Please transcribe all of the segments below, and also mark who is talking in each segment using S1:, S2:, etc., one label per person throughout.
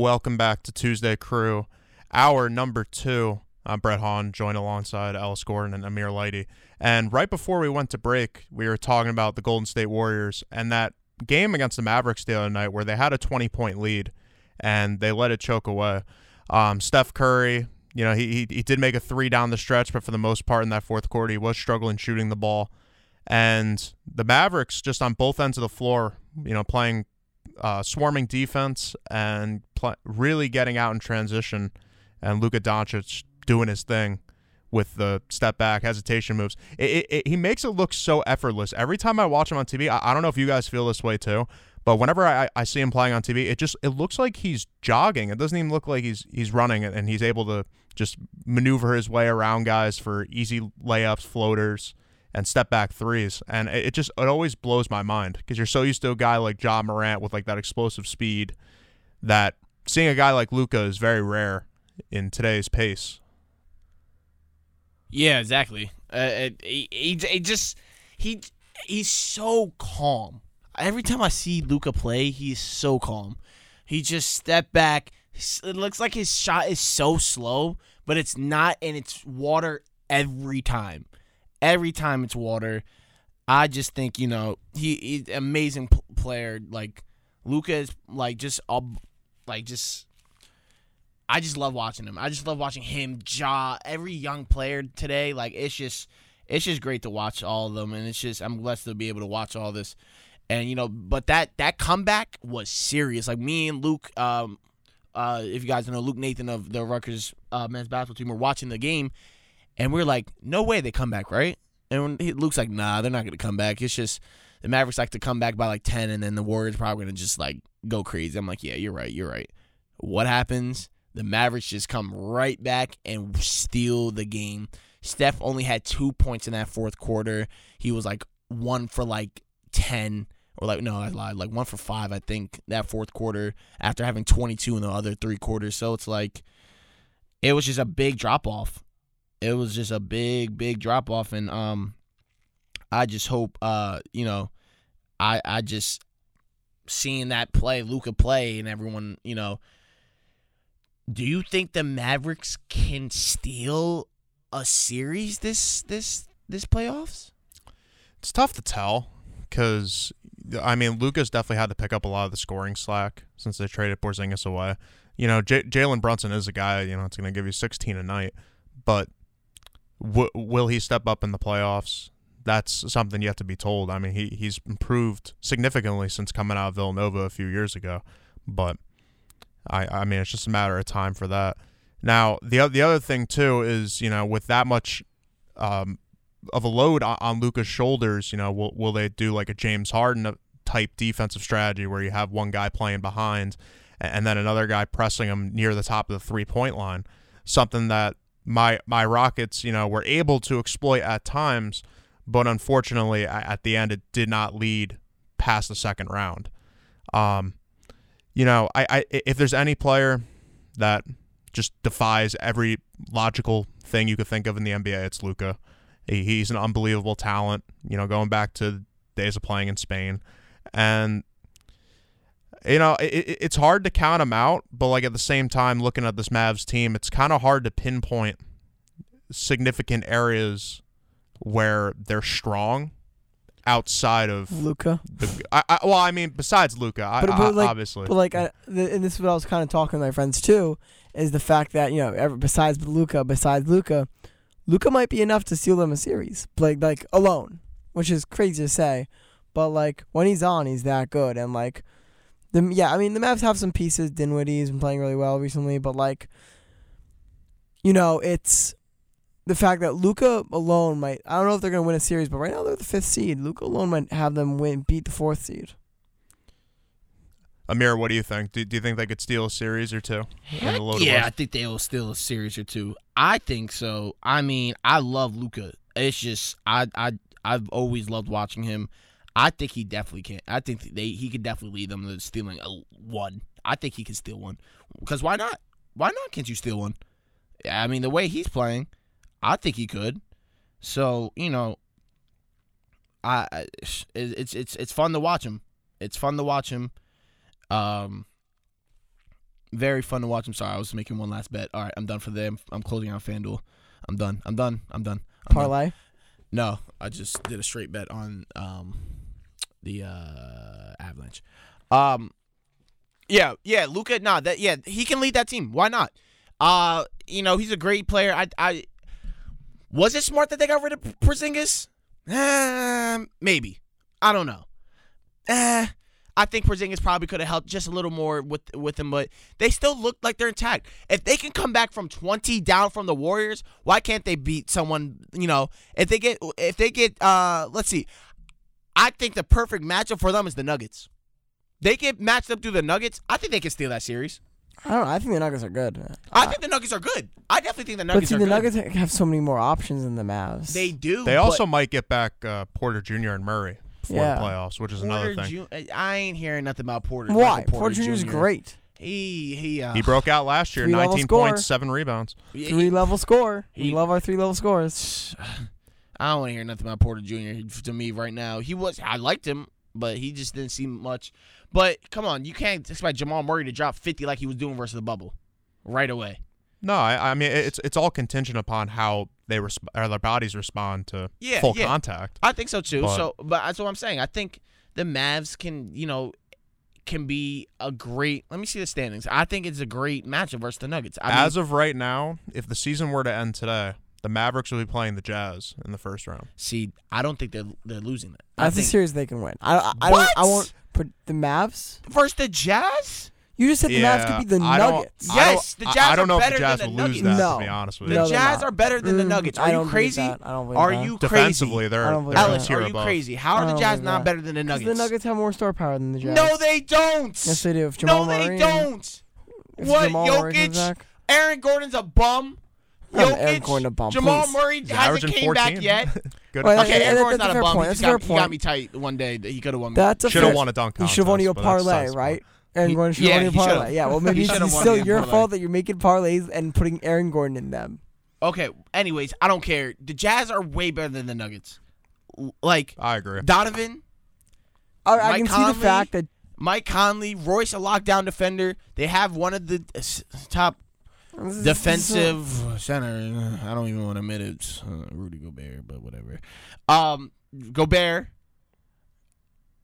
S1: Welcome back to Tuesday Crew, hour number two. I'm Brett Hahn, joined alongside Alice Gordon and Amir Lighty. And right before we went to break, we were talking about the Golden State Warriors and that game against the Mavericks the other night where they had a 20 point lead and they let it choke away. Um, Steph Curry, you know, he, he, he did make a three down the stretch, but for the most part in that fourth quarter, he was struggling shooting the ball. And the Mavericks, just on both ends of the floor, you know, playing uh, swarming defense and pl- really getting out in transition, and Luka Doncic doing his thing with the step back hesitation moves. It, it, it- he makes it look so effortless. Every time I watch him on TV, I, I don't know if you guys feel this way too, but whenever I, I- I see him playing on TV, it just it looks like he's jogging. It doesn't even look like he's he's running, and- and he's able to just maneuver his way around guys for easy layups, floaters and step back threes. And it, it just it always blows my mind because you're so used to a guy like Ja Morant with like that explosive speed that seeing a guy like Luca is very rare in today's pace.
S2: Yeah, exactly. Uh, it, he, he, he just he he's so calm. Every time I see Luca play, he's so calm. He just step back. S- It looks like his shot is so slow, but it's not, and it's water every time. Every time it's water. I just think you know he, he's an amazing p- player. Like Luca is like just up, like just I just love watching him. I just love watching him, Ja, every young player today. Like it's just, it's just great to watch all of them, and it's just I'm blessed to be able to watch all this, and you know, but that that comeback was serious. Like me and Luke, um, uh, if you guys know Luke Nathan of the Rutgers uh, men's basketball team, were watching the game, and we are like, no way they come back, right? And when he, Luke's like, nah, they're not gonna come back. It's just the Mavericks like to come back by like ten, and then the Warriors probably gonna just like go crazy. I'm like, yeah, you're right, you're right. What happens? The Mavericks just come right back and steal the game. Steph only had two points in that fourth quarter. He was like one for like ten, or like no, I lied, like one for five, I think, that fourth quarter after having 22 in the other three quarters. So it's like it was just a big drop off. It was just a big, big drop off, and um, I just hope uh, you know, I I just seeing that play, Luca play, and everyone, you know, do you think the Mavericks can steal a series this this this playoffs?
S1: It's tough to tell because I mean Luca's definitely had to pick up a lot of the scoring slack since they traded Porzingis away. You know, J- Jalen Brunson is a guy you know it's going to give you 16 a night, but w- will he step up in the playoffs? That's something yet to be told. I mean, he he's improved significantly since coming out of Villanova a few years ago, but I I mean it's just a matter of time for that. Now the o- the other thing too is you know with that much um, of a load on, on Luca's shoulders, you know, will, will they do like a James Harden uh, type defensive strategy where you have one guy playing behind a- and then another guy pressing him near the top of the three point line? Something that my my Rockets, you know, were able to exploit at times, but unfortunately a- at the end it did not lead past the second round. Um, you know, I, I if there's any player that just defies every logical thing you could think of in the NBA, it's Luca. He- He's an unbelievable talent, you know, going back to days of playing in Spain. And, you know, it, it- it's hard to count him out, but, like, at the same time, looking at this Mavs team, it's kind of hard to pinpoint significant areas where they're strong outside of.
S3: Luca.
S1: The, I, I, well, I mean, besides Luca, I,
S3: But- but,
S1: I-
S3: like-
S1: obviously.
S3: But like, I, the, and this is what I was kind of talking to my friends too, is the fact that you know, ever, besides Luca, besides Luca, Luca might be enough to seal them a series, like like alone, which is crazy to say, but like when he's on, he's that good, and like, the yeah, I mean the Mavs have some pieces. Dinwiddie's been playing really well recently, but like, you know, it's. The fact that Luca alone might I don't know if they're gonna win a series, but right now they're the fifth seed. Luca alone might have them win beat the fourth seed.
S1: Amir, what do you think? Do, do you think they could steal a series or two? in the loaded
S2: yeah,
S1: West?
S2: I think they'll steal a series or two. I think so. I mean, I love Luca. It's just I I I've always loved watching him. I think he definitely can. I think they he could definitely lead them to stealing a one. I think he can steal one. Cause why not? Why not? Can't you steal one? I mean, the way he's playing, I think he could. So you know, I I- it's it's it's fun to watch him. It's fun to watch him. Um, Very fun to watch. I'm sorry, I was making one last bet. All right, I'm done for the day. I'm, I'm closing out FanDuel. I'm done. I'm done. I'm done. I'm done.
S3: parlay.
S2: No, I just did a straight bet on um the uh Avalanche. Um yeah, yeah, Luca, nah, that yeah, he can lead that team. Why not? Uh, you know, he's a great player. I I was it smart that they got rid of Porzingis? Um, maybe. I don't know. Eh, I think Porzingis probably could have helped just a little more with with him, but they still look like they're intact. If they can come back from 20 down from the Warriors, why can't they beat someone, you know, if they get if they get uh let's see. I think the perfect matchup for them is the Nuggets. They get matched up through the Nuggets. I think they can steal that series.
S3: I don't know. I think the Nuggets are good.
S2: I think the Nuggets are good. I definitely think the
S3: but
S2: Nuggets
S3: see,
S2: are
S3: the
S2: good.
S3: Nuggets have so many more options than the Mavs.
S2: they do.
S1: They
S2: but
S1: also might get back uh, Porter Jr. and Murray before
S3: Yeah.
S1: the playoffs, which is another
S2: Porter
S1: thing.
S2: Ju- I ain't hearing nothing about Porter.
S3: why?
S2: Michael
S3: Porter Jr. is great.
S2: He he. Uh,
S1: he broke out last year,
S3: Three-level
S1: 19
S3: scorer.
S1: points, seven rebounds.
S2: he-
S3: Three level score.
S2: he-
S3: we love our three level scores.
S2: I don't want to hear nothing about Porter Jr. He- to me right now. He was I liked him, but he just didn't seem much. But come on, you can't expect Jamal Murray to drop fifty like he was doing versus the bubble right away.
S1: No, I, I mean it's it's all contingent upon how they resp- or their bodies respond to
S2: Yeah,
S1: full
S2: yeah.
S1: contact.
S2: I think so too.
S1: But-
S2: so, but that's what I'm saying. I think the Mavs can, you know, can be a great. Let me see the standings. I think it's a great matchup versus the Nuggets. I mean,
S1: As of right now, if the season were to end today, the Mavericks will be playing the Jazz in the first round.
S2: see, I don't think they're they're losing it. I
S3: That's a
S2: think
S3: series they can win. I I, I
S2: What?
S3: don't. I won't. Put the Mavs.
S2: versus the Jazz.
S3: You just said the Mavs
S1: Yeah,
S3: could beat the
S1: I don't-
S3: Nuggets.
S1: I don't-
S2: Yes, the
S1: I-
S2: Jazz
S1: I don't
S2: are
S1: know if the
S2: better
S1: Jazz
S2: than
S1: will
S2: the
S1: lose that.
S2: Nuggets.
S1: To be
S3: No.
S1: honest with
S2: The
S1: you,
S3: No, they're
S2: Jazz
S3: not.
S2: are better than the
S3: Mm,
S2: Nuggets.
S3: I
S2: Are you
S3: don't believe
S2: crazy?
S3: that. I don't believe
S2: Are
S3: that.
S2: you crazy?
S1: defensively, they're,
S3: I don't believe
S1: they're a
S3: that.
S2: Alex,
S1: tier
S2: are you
S1: above.
S2: crazy? How
S3: I
S2: are the
S3: don't
S2: Jazz
S3: believe
S2: not
S3: that.
S2: better than the
S3: 'Cause
S2: Nuggets?
S3: the Nuggets have more star power than the Jazz.
S2: No, they don't.
S3: Yes, they do. If Jamal
S2: no, they
S3: Murray-
S2: don't.
S3: If
S2: What,
S3: Jamal Murray comes
S2: Jokic?
S3: back-
S2: Aaron Gordon's a bum.
S3: Not
S2: Jokic,
S3: Aaron Gordon a bum,
S2: Jamal
S3: please.
S2: Murray
S1: He's
S2: hasn't
S1: averaging
S2: came
S1: 14.
S2: back yet.
S1: Good.
S3: Well,
S2: Okay,
S3: Yeah,
S2: Aaron
S3: that-
S2: Gordon's
S3: that's
S2: not
S3: a
S2: a
S3: fair
S2: bum.
S3: point.
S2: He, just
S3: That's a
S2: got,
S3: fair
S2: he got
S3: point.
S2: me tight one day that he could have won. me.
S3: That's a
S1: Should have
S3: fair-
S1: won a dunk
S3: You
S1: contest.
S3: should have won your
S1: but that's-
S3: parlay,
S1: that's-
S3: right? Aaron
S2: He-
S3: Gordon should
S2: yeah,
S3: have won
S2: he
S3: your
S2: should've.
S3: parlay. Yeah, well, maybe
S2: He
S3: it's
S2: should've won
S3: still
S2: the
S3: your
S2: parlay.
S3: fault that you're making parlays and putting Aaron Gordon in them.
S2: Okay. Anyways, I don't care. The Jazz are way better than the Nuggets. L- Like
S1: I agree.
S2: Donovan,
S3: I, I
S2: Mike
S3: can see
S2: Conley?
S3: the fact that
S2: Mike Conley, Royce, a lockdown defender. They have one of the uh, s- top
S3: this is-
S2: defensive center. I don't even want to admit it, uh, Rudy Gobert, but whatever. Um, Gobert.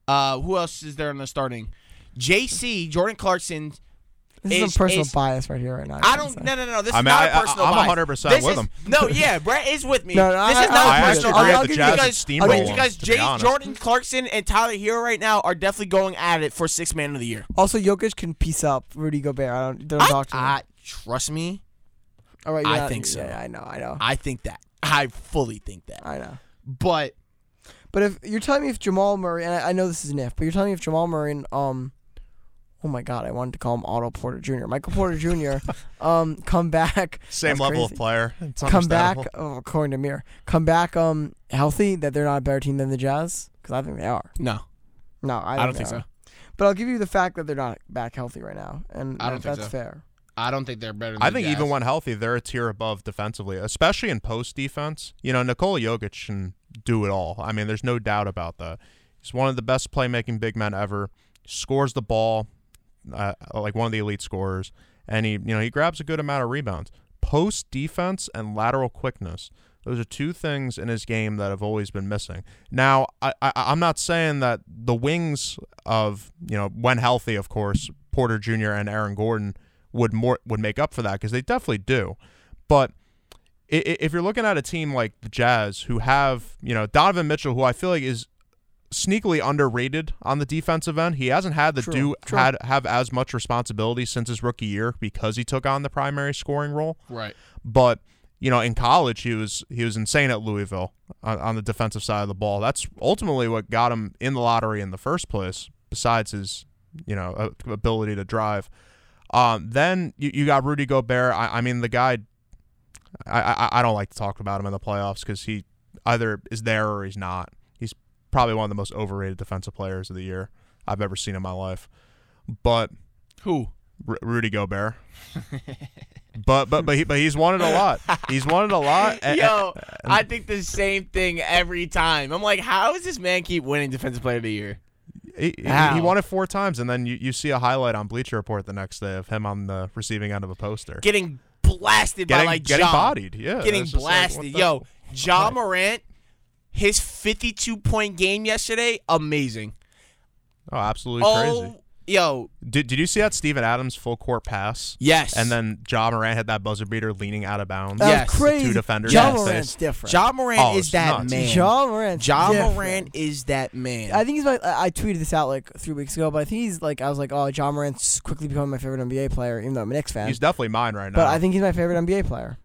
S2: Uh, who else is there in the starting? J.C. Jordan Clarkson.
S3: This is,
S2: is-
S3: some personal
S2: is-
S3: bias right here, right now.
S2: I
S3: gotta
S2: don't.
S3: say.
S2: No, no, no. This
S1: I
S2: is
S1: mean,
S2: not
S1: I-
S2: a
S1: I-
S2: personal
S1: I'm
S2: bias.
S1: 100%
S2: This
S1: with
S2: is-
S1: him.
S2: No, yeah, Brett is with me.
S3: No, no,
S2: this
S3: I-
S2: is
S3: I-
S2: not
S3: I
S2: a
S3: actually
S2: personal
S3: agree
S2: bias
S3: that the Jazz have
S2: because,
S1: steamrolled
S2: wait,
S1: them,
S2: because
S1: to be
S2: Jay-
S1: honest.
S2: Jordan Clarkson and Tyler Hero right now are definitely going at it for six man of the year.
S3: Also, Jokic can piece up Rudy Gobert. I don't, don't talk to him.
S2: I, trust me,
S3: All right,
S2: I
S3: yeah,
S2: think so.
S3: Yeah, I know, I know,
S2: I think that. I fully think that.
S3: I know.
S2: But
S3: But if you're telling me if Jamal Murray, and I, I know this is an if, but you're telling me if Jamal Murray and um, oh my God, I wanted to call him Otto Porter Jr. Michael Porter Jr. um, come back,
S1: Same
S3: That's
S1: level
S3: crazy.
S1: of player. It's
S3: come back
S1: understandable.
S3: oh, according to Mir, come back um healthy that they're not a better team than the Jazz because I think they are.
S2: no,
S3: No, I,
S2: I, don't think so.
S3: they are. But I'll give you the fact that they're not back healthy right now, and
S2: I don't
S3: that-
S2: think
S3: that's
S2: so.
S3: fair.
S2: I don't think they're better. Than
S1: I
S2: the
S1: think
S2: Jazz.
S1: even when healthy, they're a tier above defensively, especially in post defense. You know, Nikola Jokic can do it all. I mean, there's no doubt about that. He's one of the best playmaking big men ever. Scores the ball, uh, like one of the elite scorers, and he you know he grabs a good amount of rebounds. Post defense and lateral quickness. Those are two things in his game that have always been missing. Now, I, I, I'm not saying that the wings of you know when healthy, of course, Porter Jr. and Aaron Gordon would more would make up for that because they definitely do. But i- i- if you're looking at a team like the Jazz, who have you know Donovan Mitchell, who I feel like is sneakily underrated on the defensive end, he hasn't had the
S3: True,
S1: do
S3: true.
S1: had have as much responsibility since his rookie year because he took on the primary scoring role
S2: right.
S1: but you know in college he was he was insane at Louisville on, on the defensive side of the ball. That's ultimately what got him in the lottery in the first place. Besides his you know a- ability to drive, um, then you, you got Rudy Gobert. I, I mean the guy. I, I I don't like to talk about him in the playoffs because he either is there or he's not. He's probably one of the most overrated defensive players of the year I've ever seen in my life. But
S2: Who?
S1: R- Rudy Gobert. but but but he, but he's wanted a lot. He's wanted a lot. and-
S2: Yo, I think the same thing every time. I'm like, how does this man keep winning Defensive Player of the Year?
S1: He, he- he
S2: How?
S1: won it four times, and then you, you see a highlight on Bleacher Report the next day of him on the receiving end of a poster.
S2: Getting blasted
S1: getting
S2: by like
S1: getting
S2: Ja.
S1: bodied, yeah.
S2: Getting
S1: it's just like, what
S2: blasted.
S1: the-
S2: Yo, Ja Morant, his 52 point game yesterday, amazing.
S1: Oh, absolutely crazy.
S2: Oh, yo,
S1: Did, did you see that Steven Adams full court pass?
S2: yes.
S1: And then Ja Morant had that buzzer beater leaning out of bounds.
S3: That
S2: Yes.
S3: was crazy.
S1: Two defenders
S3: Ja
S1: in the
S3: Morant's
S1: face.
S3: different.
S2: Ja Morant
S1: Oh,
S2: is
S1: it's
S2: that
S1: nuts.
S2: man. Ja,
S3: Ja Morant's different.
S2: Morant is that man.
S3: I think he's my. I I tweeted this out like three weeks ago, but I think he's like I was like, oh, John Morant's quickly becoming my favorite NBA player, even though I'm a Knicks fan.
S1: He's definitely mine right now.
S3: but I think he's my favorite NBA player.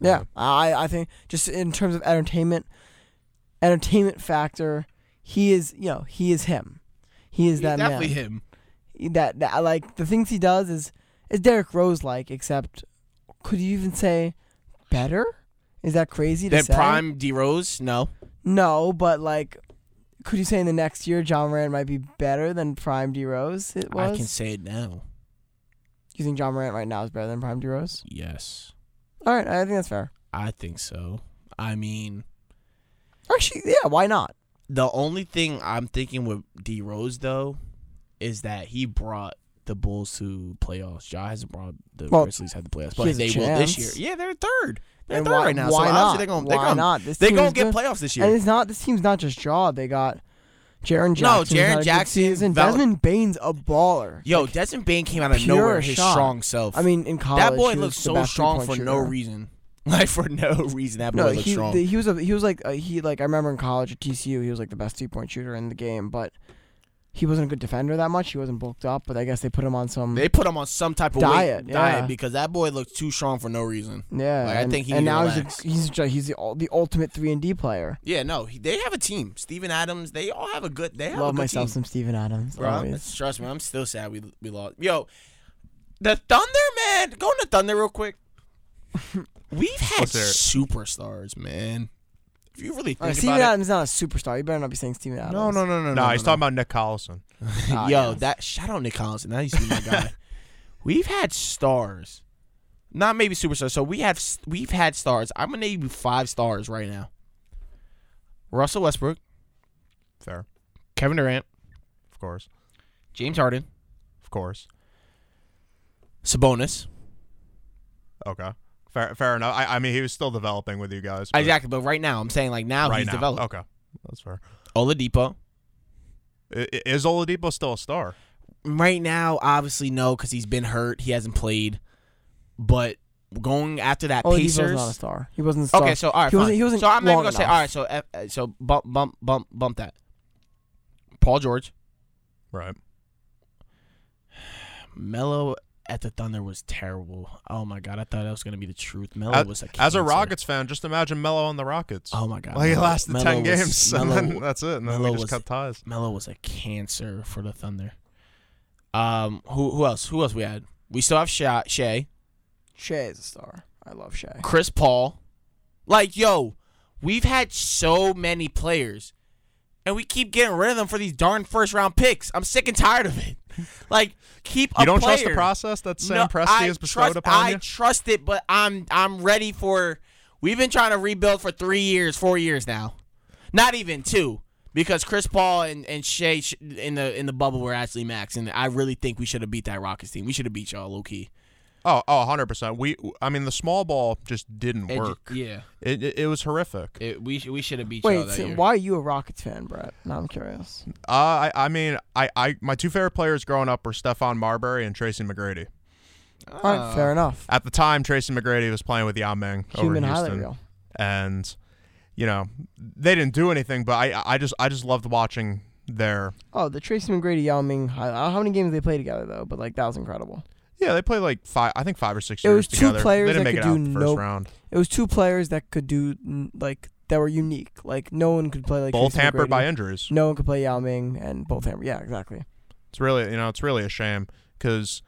S1: Yeah.
S3: Yeah, I I think just in terms of entertainment, entertainment factor, he is you know he is him, he is
S2: He's
S3: that
S2: definitely
S3: man.
S2: him.
S3: That, that like the things he does is is Derrick Rose like, except could you even say better? Is that crazy to
S2: That
S3: say?
S2: prime D Rose? No.
S3: No, but like, could you say in the next year John Moran might be better than Prime D Rose? It was.
S2: I can say it now.
S3: you think John Moran right now is better than Prime D Rose?
S2: Yes.
S3: All right, I think that's fair.
S2: I think so. I mean,
S3: Actually, yeah, why not?
S2: the only thing I'm thinking with D Rose though is that he brought the Bulls to playoffs. Ja hasn't brought the
S3: Well,
S2: Grizzlies had the playoffs,
S3: he
S2: but
S3: has a
S2: they will this year.
S3: chance.
S2: Yeah, they're third. They're
S3: and
S2: third
S3: why,
S2: right now.
S3: why
S2: so
S3: not?
S2: obviously they're gonna
S3: why
S2: they're gonna,
S3: not? This
S2: they're
S3: team
S2: gonna
S3: is
S2: get
S3: good.
S2: playoffs this
S3: And
S2: year.
S3: it's not. This team's not just Jaw. They got Jaron Jackson.
S2: No,
S3: who's had
S2: Jaren
S3: a good
S2: Jackson,
S3: Season.
S2: Val-
S3: Desmond Bain's a baller.
S2: Yo, Desmond Bain came out of
S3: pure
S2: nowhere. His
S3: shot.
S2: strong self.
S3: I mean, in college,
S2: that boy
S3: he was
S2: looks
S3: the
S2: so
S3: best
S2: strong
S3: three-point
S2: for no
S3: shooter.
S2: reason. Like for no reason, that boy
S3: No,
S2: looks
S3: he,
S2: strong.
S3: the- he was a he was like uh, he like I remember in college at TCU he was like the best two point shooter in the game, but he wasn't a good defender that much. He wasn't bulked up, but I guess they put him on some
S2: they put him on some type of
S3: Diet,
S2: weight diet
S3: yeah.
S2: because that boy looks too strong for no reason.
S3: yeah.
S2: Like, I
S3: and,
S2: think he
S3: and
S2: need to
S3: now
S2: relax.
S3: he's a, he's a, he's the ul- the ultimate three and D player.
S2: Yeah, no, he, they have a team. Steven Adams, they all have a good. They have a
S3: Love
S2: good
S3: myself
S2: team.
S3: some Steven Adams.
S2: Bro, I'm-
S3: always.
S2: trust me, I'm still sad we we lost. Yo, the Thunder, man. Go to Thunder real quick. We've had
S1: Let's hear it.
S2: superstars, man. If you really think
S3: All
S2: about
S3: right, Uh, Steven
S2: it,
S3: Adams is not a superstar. You better not be saying Steven Adams.
S2: no, no, no, no, no.
S1: no, he's talking about Nick Collison.
S3: Ah,
S2: Yo,
S3: yes.
S2: that shout out Nick Collins. Now you see my guy. We've had stars, not maybe superstars. So we have s- we've had stars. I'm gonna name you five stars right now. Russell Westbrook,
S1: Fair,
S2: Kevin Durant,
S1: of course,
S2: James Harden,
S1: of course.
S2: Sabonis.
S1: Okay, fair, fair enough. I, I mean, he was still developing with you guys. but
S2: Exactly, but right now I'm saying like now
S1: Right
S2: he's
S1: now,
S2: developed.
S1: okay, that's fair.
S2: Oladipo.
S1: I- I- Is Oladipo still a star?
S2: Right now, obviously no, because he's been hurt. He hasn't played. But going after that
S3: Oladipo's
S2: Pacers.
S3: Oh, not a star. He wasn't a star.
S2: Okay, so all right,
S3: He wasn't-
S2: fine.
S3: he wasn't
S2: so I'm not even
S3: long
S2: gonna say all
S3: enough.
S2: right. So uh, uh, so bump bump bump bump that. Paul George,
S1: Right.
S2: Melo at the Thunder was terrible. Oh my god, I thought that was gonna be the truth. Melo
S1: As-
S2: was a
S1: As a
S2: cancer.
S1: Rockets fan, just imagine Melo on the Rockets.
S2: Oh my god,
S1: like he
S2: Melo-
S1: lasted
S2: Melo
S1: ten
S2: was-
S1: games, and
S2: Melo-
S1: then that's it. And then we
S2: Melo
S1: just
S2: was-
S1: cut ties.
S2: Melo was a cancer for the Thunder. Um, who who else? Who else we had? We still have Sha- Shea,
S3: Shea is a star. I love Shea.
S2: Chris Paul. Like yo, we've had so many players, and we keep getting rid of them for these darn first round picks. I'm sick and tired of it. Like keep a
S1: You don't trust the
S2: player.
S1: process that Sam
S2: No,
S1: Presti
S2: I
S1: has bestowed
S2: trust,
S1: upon
S2: I
S1: you?
S2: trust it, but I'm I'm ready for. We've been trying to rebuild for three years, four years now, not even two, because Chris Paul and and Shea sh- in the in the bubble were actually max, and I really think we should have beat that Rockets team. We should have beat y'all low key.
S1: Oh, oh, 100 percent. We, I mean, the small ball just didn't work.
S2: yeah,
S1: It, it, it was horrific.
S2: it, we sh- we should have beat y'all
S3: Wait,
S2: that
S3: so
S2: year.
S3: why are you a Rockets fan, Brett? Now I'm curious.
S1: Uh, I, I mean, I, I, my two favorite players growing up were Stefan Marbury and Tracy McGrady.
S3: All right,
S2: Uh,
S3: fair enough.
S1: At the time, Tracy McGrady was playing with Yao Ming over
S3: Human
S1: in
S3: highlight
S1: Houston,
S3: reel.
S1: and you know they didn't do anything. But I, I just, I just loved watching their.
S3: Oh, the Tracy McGrady Yao Ming highlight. I don't know how many games they play together though, but like that was incredible.
S1: Yeah, they played like five, I think five or six
S3: It
S1: years
S3: was two
S1: together.
S3: players
S1: they didn't
S3: that
S1: make it
S3: could
S1: out
S3: do
S1: the first
S3: no-
S1: round.
S3: It was two players that could do n- like that were unique. Like no one could play like
S1: Both
S3: Tracy
S1: hampered
S3: McGrady.
S1: by injuries.
S3: No one could play Yao Ming and both hampered. Yeah, exactly.
S1: It's really, you know, it's really a shame because,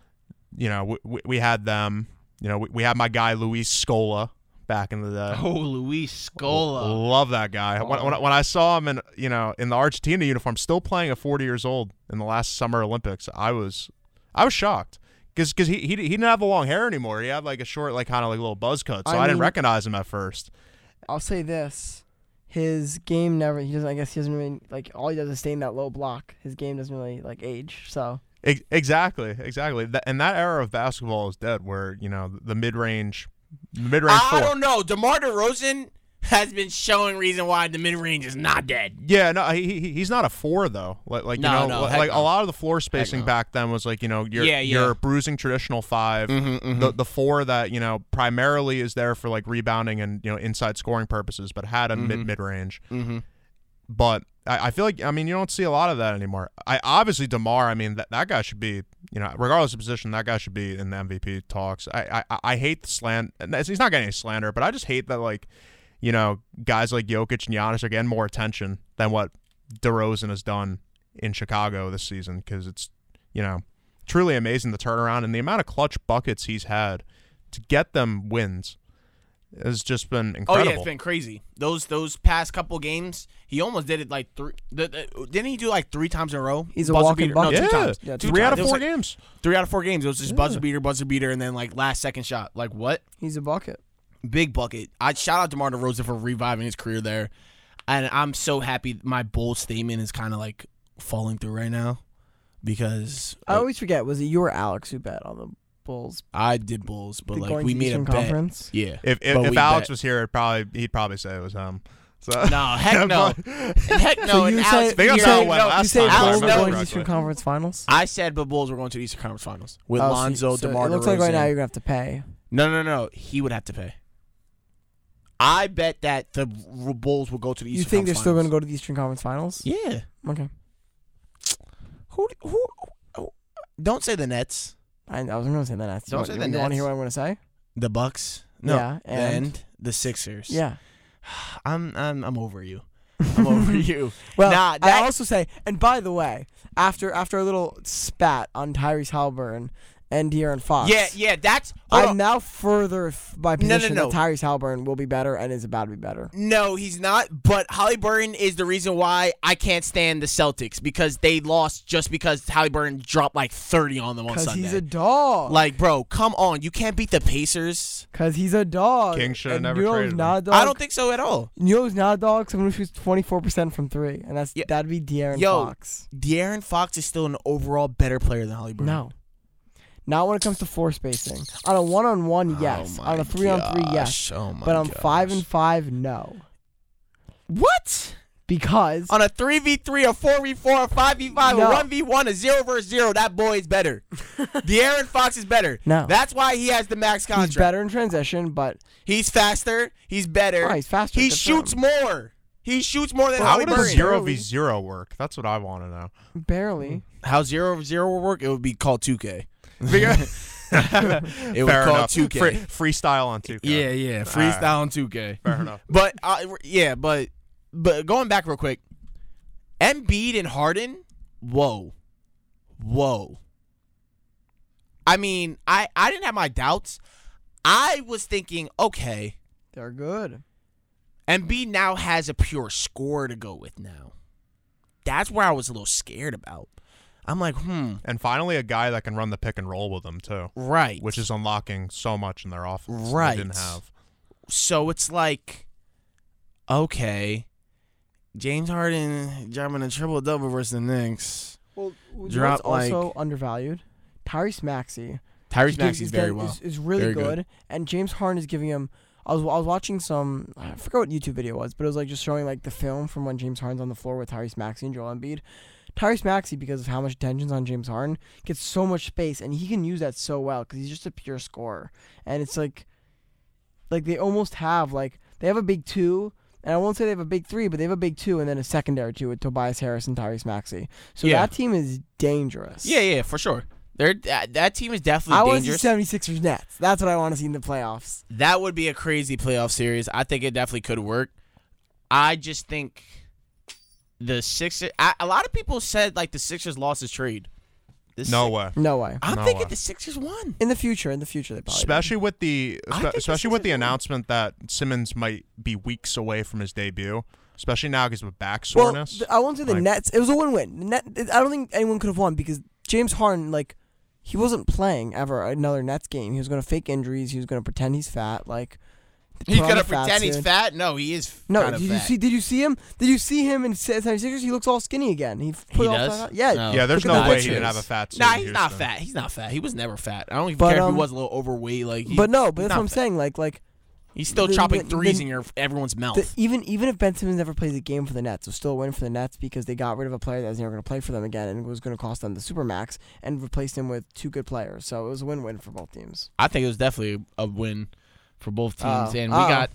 S1: you know, we, we, we had them. You know, we, we had my guy Luis Scola back in the day.
S2: Oh, Luis Scola. Oh.
S1: L- Love that guy. When, when, I- when I saw him in you know in the Argentina uniform, still playing at 40 years old in the last Summer Olympics, I was I was shocked because he, he he didn't have the long hair anymore. He had like a short like kind of like little buzz cut, so I,
S3: I
S1: didn't
S3: mean-
S1: recognize him at first.
S3: I'll say this: his game never. He doesn't. I guess he doesn't really like. All he does is stay in that low block. His game doesn't really like age. So
S1: Ex- Exactly, exactly. Th- and that era of basketball is dead, where you know the mid range, mid range
S2: I, I
S1: four.
S2: don't know. DeMar DeRozan has been showing reason why the mid range is not dead.
S1: Yeah, no, he, he- he's not a four though. Like, like
S2: No,
S1: you know,
S2: no,
S1: li-
S2: heck
S1: like
S2: no.
S1: a lot of the floor spacing
S2: no.
S1: back then was like you know you're
S2: Yeah, yeah. Mm-hmm,
S1: you're bruising traditional 5 The the four that you know primarily is there for like rebounding and you know inside scoring purposes, but had a mid mid range.
S3: mm-hmm.
S2: Mhm.
S1: But I, I feel like I mean you don't see a lot of that anymore. I obviously Demar. I mean that that guy should be you know regardless of position that guy should be in the MVP talks. I I, I hate the slant. and that's- He's not getting any slander, but I just hate that like you know, guys like Jokic and Giannis are getting more attention than what DeRozan has done in Chicago this season because it's, you know, truly amazing the turnaround and the amount of clutch buckets he's had to get them wins has just been
S2: Oh
S1: incredible.
S2: yeah, it's been crazy. Those those past couple games, he almost did it like three. The, the- didn't he do like three times in a row?
S3: He's a
S2: Buzzer
S3: walking
S2: beater.
S3: bucket.
S2: No,
S1: yeah,
S2: two times.
S3: Yeah,
S1: three
S3: two
S1: out
S2: times.
S1: of
S2: It was
S1: four
S2: like-
S1: games.
S2: Three out of four games. It was just buzzer beater, buzzer beater, and then like last second shot. Like what?
S3: he's a bucket.
S2: Big bucket. I shout out DeMar DeRozan for reviving his career there, and I'm so happy. My bold statement is kind of like falling through right now because
S3: I always forget. Was it you or Alex who bet on the Bulls?
S2: I did Bulls, but
S3: the
S2: like
S3: going
S2: we
S3: to
S2: made a
S3: Eastern
S2: bet.
S3: Conference.
S2: Yeah.
S1: If if,
S2: But
S1: if
S2: we
S1: Alex
S2: bet.
S1: was here, it'd probably he'd probably say it was him. So
S2: no, heck no, heck no.
S3: So
S2: and
S3: you
S2: Alex,
S3: say
S1: They got
S3: you
S1: that
S2: you're out.
S3: say,
S1: one
S3: you
S1: last
S3: say
S1: time. if I
S3: Bulls
S2: remember
S3: going to
S1: correctly.
S3: Eastern Conference Finals
S2: I said, but Bulls were going to the Eastern Conference Finals with
S3: Oh, so-
S2: Lonzo,
S3: so
S2: DeMar
S3: It looks like right now
S2: DeRozan.
S3: you're gonna have to pay.
S2: No, no, no. He would have to pay. I bet that the R- Bulls will go to the Eastern.
S3: you think they're still going
S2: Conference
S3: to go to the Eastern Conference Finals?
S2: Finals. Yeah.
S3: Okay.
S2: Who, who? who- Don't say the Nets.
S3: I, I was going to say the Nets.
S2: Don't
S3: you
S2: say the
S3: want, You want to hear
S2: Nets.
S3: what I'm going to say?
S2: The Bucks. No.
S3: Yeah, and-
S2: and the Sixers.
S3: Yeah.
S2: I'm I'm I'm over you. I'm over you.
S3: Well,
S2: Nah,
S3: I
S2: that-
S3: also say, and by the way, after after a little spat on Tyrese Halliburton and De'Aaron Fox,
S2: Yeah, yeah. That's hold
S3: I'm
S2: on.
S3: now further f- my
S2: No, no,
S3: position
S2: no.
S3: that Tyrese Halliburton will be better and is about to be better.
S2: No, he's not. But Halliburton is the reason why I can't stand the Celtics because they lost just because Halliburton dropped like 30 on them on
S3: Because
S2: Sunday.
S3: he's a dog.
S2: like, bro, come on. You can't beat the Pacers.
S3: Because he's a dog.
S1: King shoulda
S3: And
S1: never
S3: you know
S1: traded
S3: who's
S1: him.
S3: not a dog.
S2: I don't think so at all.
S3: You know who's not a dog? Someone who shoots 24% from three, and that's
S2: Yeah.
S3: that'd be De'Aaron
S2: Yo.
S3: Fox.
S2: De'Aaron Fox is still an overall better player than Halliburton.
S3: No. Not when it comes to floor spacing. On a one on one, yes. on a three on three, yes.
S2: Oh my
S3: But on five
S2: gosh.
S3: and five, no.
S2: what?
S3: Because
S2: On a three v three, a four v four, a five v five,
S3: No.
S2: a one v one, a zero versus zero, that boy is better. De'Aaron Fox is better.
S3: No.
S2: that's why he has the max contract.
S3: he's better in transition, but
S2: He's faster. He's better.
S3: Oh, he's faster,
S2: He
S3: good for
S2: shoots
S3: him.
S2: more. He shoots more than
S1: how
S2: Howie
S1: would a
S2: Burns.
S1: zero v zero work? That's what I want to know.
S3: barely.
S2: How zero zero will work? It would be called two K.
S1: it
S2: It would call 2K.
S1: Free, freestyle on 2K.
S2: yeah.
S1: freestyle
S2: on two K.
S1: Fair enough.
S2: But uh, yeah, but but going back real quick, Embiid and Harden. Whoa, whoa. I mean, I I didn't have my doubts. I was thinking, okay,
S3: They're good.
S2: Embiid now has a pure score to go with now. That's where I was a little scared about. I'm like, hmm,
S1: And finally, a guy that can run the pick and roll with them too,
S2: right.
S1: which is unlocking so much in their offense.
S2: Right.
S1: They didn't have.
S2: so it's like, okay, James Harden dropping a triple double versus the Knicks.
S3: Well, who's
S2: Drop,
S3: also
S2: like-
S3: undervalued. Tyrese Maxey.
S2: Tyrese
S3: Gives-
S2: Maxey's
S3: is
S2: very
S3: done-
S2: well.
S3: Is, is really
S2: Very
S3: good.
S2: good.
S3: and James Harden is giving him. I was I was watching some I forgot what YouTube video it was, but it was like just showing like the film from when James Harden's on the floor with Tyrese Maxey and Joel Embiid. Tyrese Maxey, because of how much attention's on James Harden, gets so much space, and he can use that so well because he's just a pure scorer. And it's like, like they almost have like they have a big two, and I won't say they have a big three, but they have a big two, and then a secondary two with Tobias Harris and Tyrese Maxey. So
S2: Yeah.
S3: that team is dangerous.
S2: Yeah, yeah, for sure. They're, that, that team is definitely
S3: I want to
S2: dangerous.
S3: see 76ers Nets. That's what I want to see in the playoffs.
S2: that would be a crazy playoff series. I think it definitely could work. I just think the Sixers. I, a lot of people said like the Sixers lost his trade. The
S1: No
S2: Six-
S1: way.
S3: No way.
S2: I'm
S1: No
S2: thinking
S1: way.
S2: the Sixers won.
S3: In the future, in the future, they probably.
S1: Especially with the
S2: I
S1: espe-
S2: think this
S1: especially with
S2: is
S1: the
S2: a-
S1: announcement that Simmons might be weeks away from his debut, especially now because of back
S3: did. well,
S1: soreness.
S3: th- I won't say the
S1: Like-
S3: Nets. It was a win-win. The Net, I don't think anyone could have won because James Harden, like, he wasn't playing ever another Nets game. He was going to fake injuries. He was going to pretend he's fat. Like,
S2: He's
S3: put on
S2: gonna
S3: the fat
S2: pretend he's
S3: suit.
S2: fat. No, he is.
S3: No,
S2: kind
S3: did you see? Did you see him? Did you see him in Sa- 76ers? He looks all skinny again. He f- put all fat out- Yeah.
S1: yeah, there's
S3: Look at
S1: no way
S3: the
S1: he
S3: pictures.
S1: didn't have a fat suit.
S2: Nah,
S1: in
S2: he's not
S1: Houston.
S2: fat. He's not fat. He was never fat. I don't even
S3: But,
S2: care if
S3: um,
S2: he was a little overweight. Like, he,
S3: But no,
S2: he's
S3: but that's
S2: not
S3: what I'm
S2: fat.
S3: saying. Like, like
S2: He's still
S3: The-
S2: chopping
S3: the- the-
S2: threes in your everyone's mouth.
S3: the, even even if Ben Simmons never plays a game for the Nets, it was still a win for the Nets because they got rid of a player that was never going to play for them again and was going to cost them the supermax and replaced him with two good players. So it was a win-win for both teams.
S2: I think it was definitely a win for both
S4: Uh,
S2: teams,
S3: Oh.
S2: and we
S3: Oh.
S2: got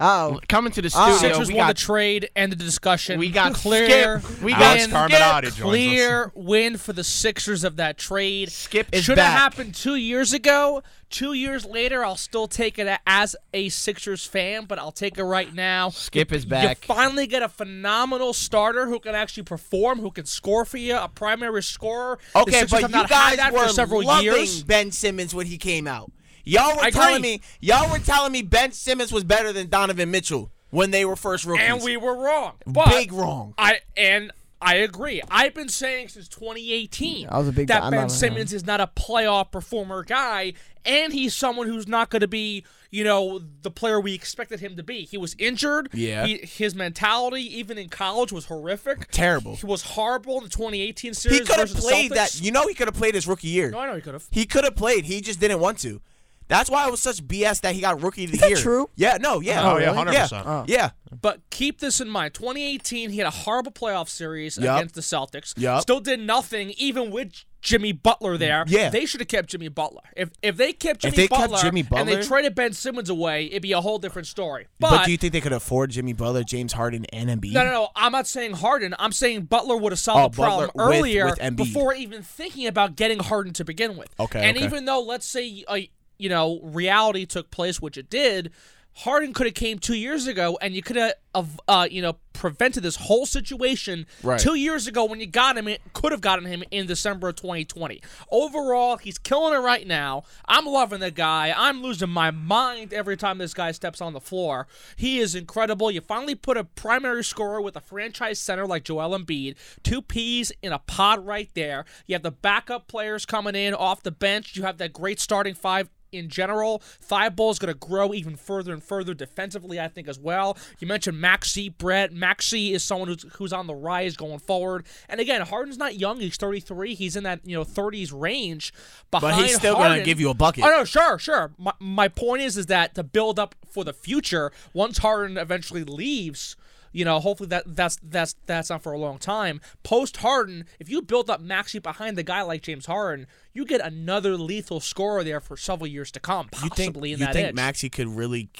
S3: Oh,
S2: coming to the
S3: Oh.
S2: studio.
S4: Sixers
S2: we
S4: won the
S2: got
S4: trade and the discussion.
S2: we got
S4: clear.
S2: Skip. We got
S1: Alex
S4: win,
S1: Carminotti joins us.
S4: clear win for the Sixers of that trade.
S2: Skip is
S4: Should
S2: back.
S4: have happened two years ago. Two years later, I'll still take it as a Sixers fan, but I'll take it right now.
S2: Skip is
S4: You
S2: back.
S4: finally get a phenomenal starter who can actually perform, who can score for you, a primary scorer. The
S2: Okay,
S4: Sixers
S2: but
S4: have
S2: you
S4: not
S2: guys
S4: had that
S2: were
S4: for several
S2: loving
S4: years.
S2: Ben Simmons when he came out. Y'all were
S4: I
S2: telling
S4: agree.
S2: me, y'all were telling me Ben Simmons was better than Donovan Mitchell when they were first rookies.
S4: and we were wrong. But
S2: big wrong.
S4: I and I agree. I've been saying since 2018
S3: I was a big-
S4: that
S3: I'm
S4: Ben
S3: not-
S4: Simmons is not a playoff performer guy, and he's someone who's not going to be, you know, the player we expected him to be. He was injured.
S2: Yeah.
S4: He, his mentality, even in college, was horrific.
S2: Terrible.
S4: He was horrible in the 2018 series.
S2: He could have
S4: versus the
S2: played that.
S4: Celtics.
S2: You know, he could have played his rookie year.
S4: no, I know he could have.
S2: He could have played. He just didn't want to. That's why it was such BS that he got rookie of the
S3: that
S2: year.
S3: true?
S2: Yeah. No. Yeah.
S1: Oh, yeah,
S3: really?
S1: 100%.
S2: Yeah. yeah.
S4: But keep this in mind. 2018, he had a horrible playoff series
S2: Yup.
S4: against the Celtics.
S2: Yup. Mm,
S4: Still did nothing, even with Jimmy Butler there.
S2: Yeah.
S4: They should have kept Jimmy Butler. If if they kept Jimmy,
S2: they kept
S4: Butler,
S2: Jimmy
S4: and they
S2: Butler-
S4: traded Ben Simmons away, it'd be a whole different story. But,
S2: But, do you think they could afford Jimmy Butler, James Harden, and Embiid?
S4: no, no, no. I'm not saying Harden. I'm saying Butler would have solved
S2: Oh,
S4: the problem
S2: Butler with-
S4: earlier
S2: with Embiid.
S4: before even thinking about getting Harden to begin with.
S2: Okay,
S4: And
S2: okay.
S4: even though, let's say, uh, you know, reality took place, which it did, Harden could have came two years ago, and you could have, uh, you know, prevented this whole situation
S2: Right.
S4: two years ago when you got him. It could have gotten him in December of 2020. Overall, he's killing it right now. I'm loving the guy. I'm losing my mind every time this guy steps on the floor. He is incredible. You finally put a primary scorer with a franchise center like Joel Embiid, two peas in a pod right there. You have the backup players coming in off the bench. You have that great starting five in general. Thibault is going to grow even further and further defensively, I think, as well. You mentioned Maxi Brett. Maxi is someone who's, who's on the rise going forward. And again, Harden's not young. He's 33. He's in that you know 30s range. Behind
S2: he's still gonna
S4: going
S2: give you a bucket.
S4: Oh no, sure, sure. My, my point is, is that to build up for the future, once Harden eventually leaves. You know, hopefully that that's that's that's not for a long time. Post Harden, if you build up Maxi behind the guy like James Harden, you get another lethal scorer there for several years to come,
S2: You
S4: possibly
S2: think
S4: in
S2: you
S4: that
S2: think
S4: edge.
S2: Maxi could really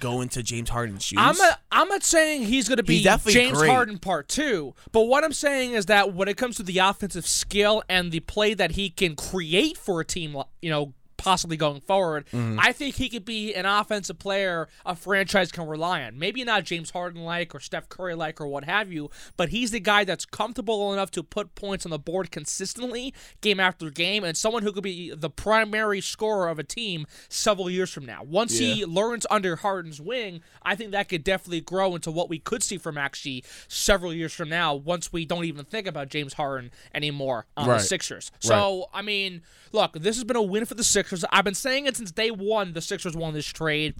S2: go into James Harden's shoes?
S4: I'm not, I'm not saying he's going to be
S2: He's definitely
S4: James
S2: great.
S4: Harden part two, but what I'm saying is that when it comes to the offensive skill and the play that he can create for a team, li- you know, possibly going forward,
S2: Mm-hmm.
S4: I think he could be an offensive player a franchise can rely on. Maybe not James Harden like or Steph Curry like or what have you, but he's the guy that's comfortable enough to put points on the board consistently game after game and someone who could be the primary scorer of a team several years from now. Once he learns under Harden's wing, I think that could definitely grow into what we could see from Maxi several years from now once we don't even think about James Harden anymore on
S2: Right.
S4: the Sixers. So, I mean, look, this has been a win for the Sixers. I've been saying it since day one the Sixers won this trade.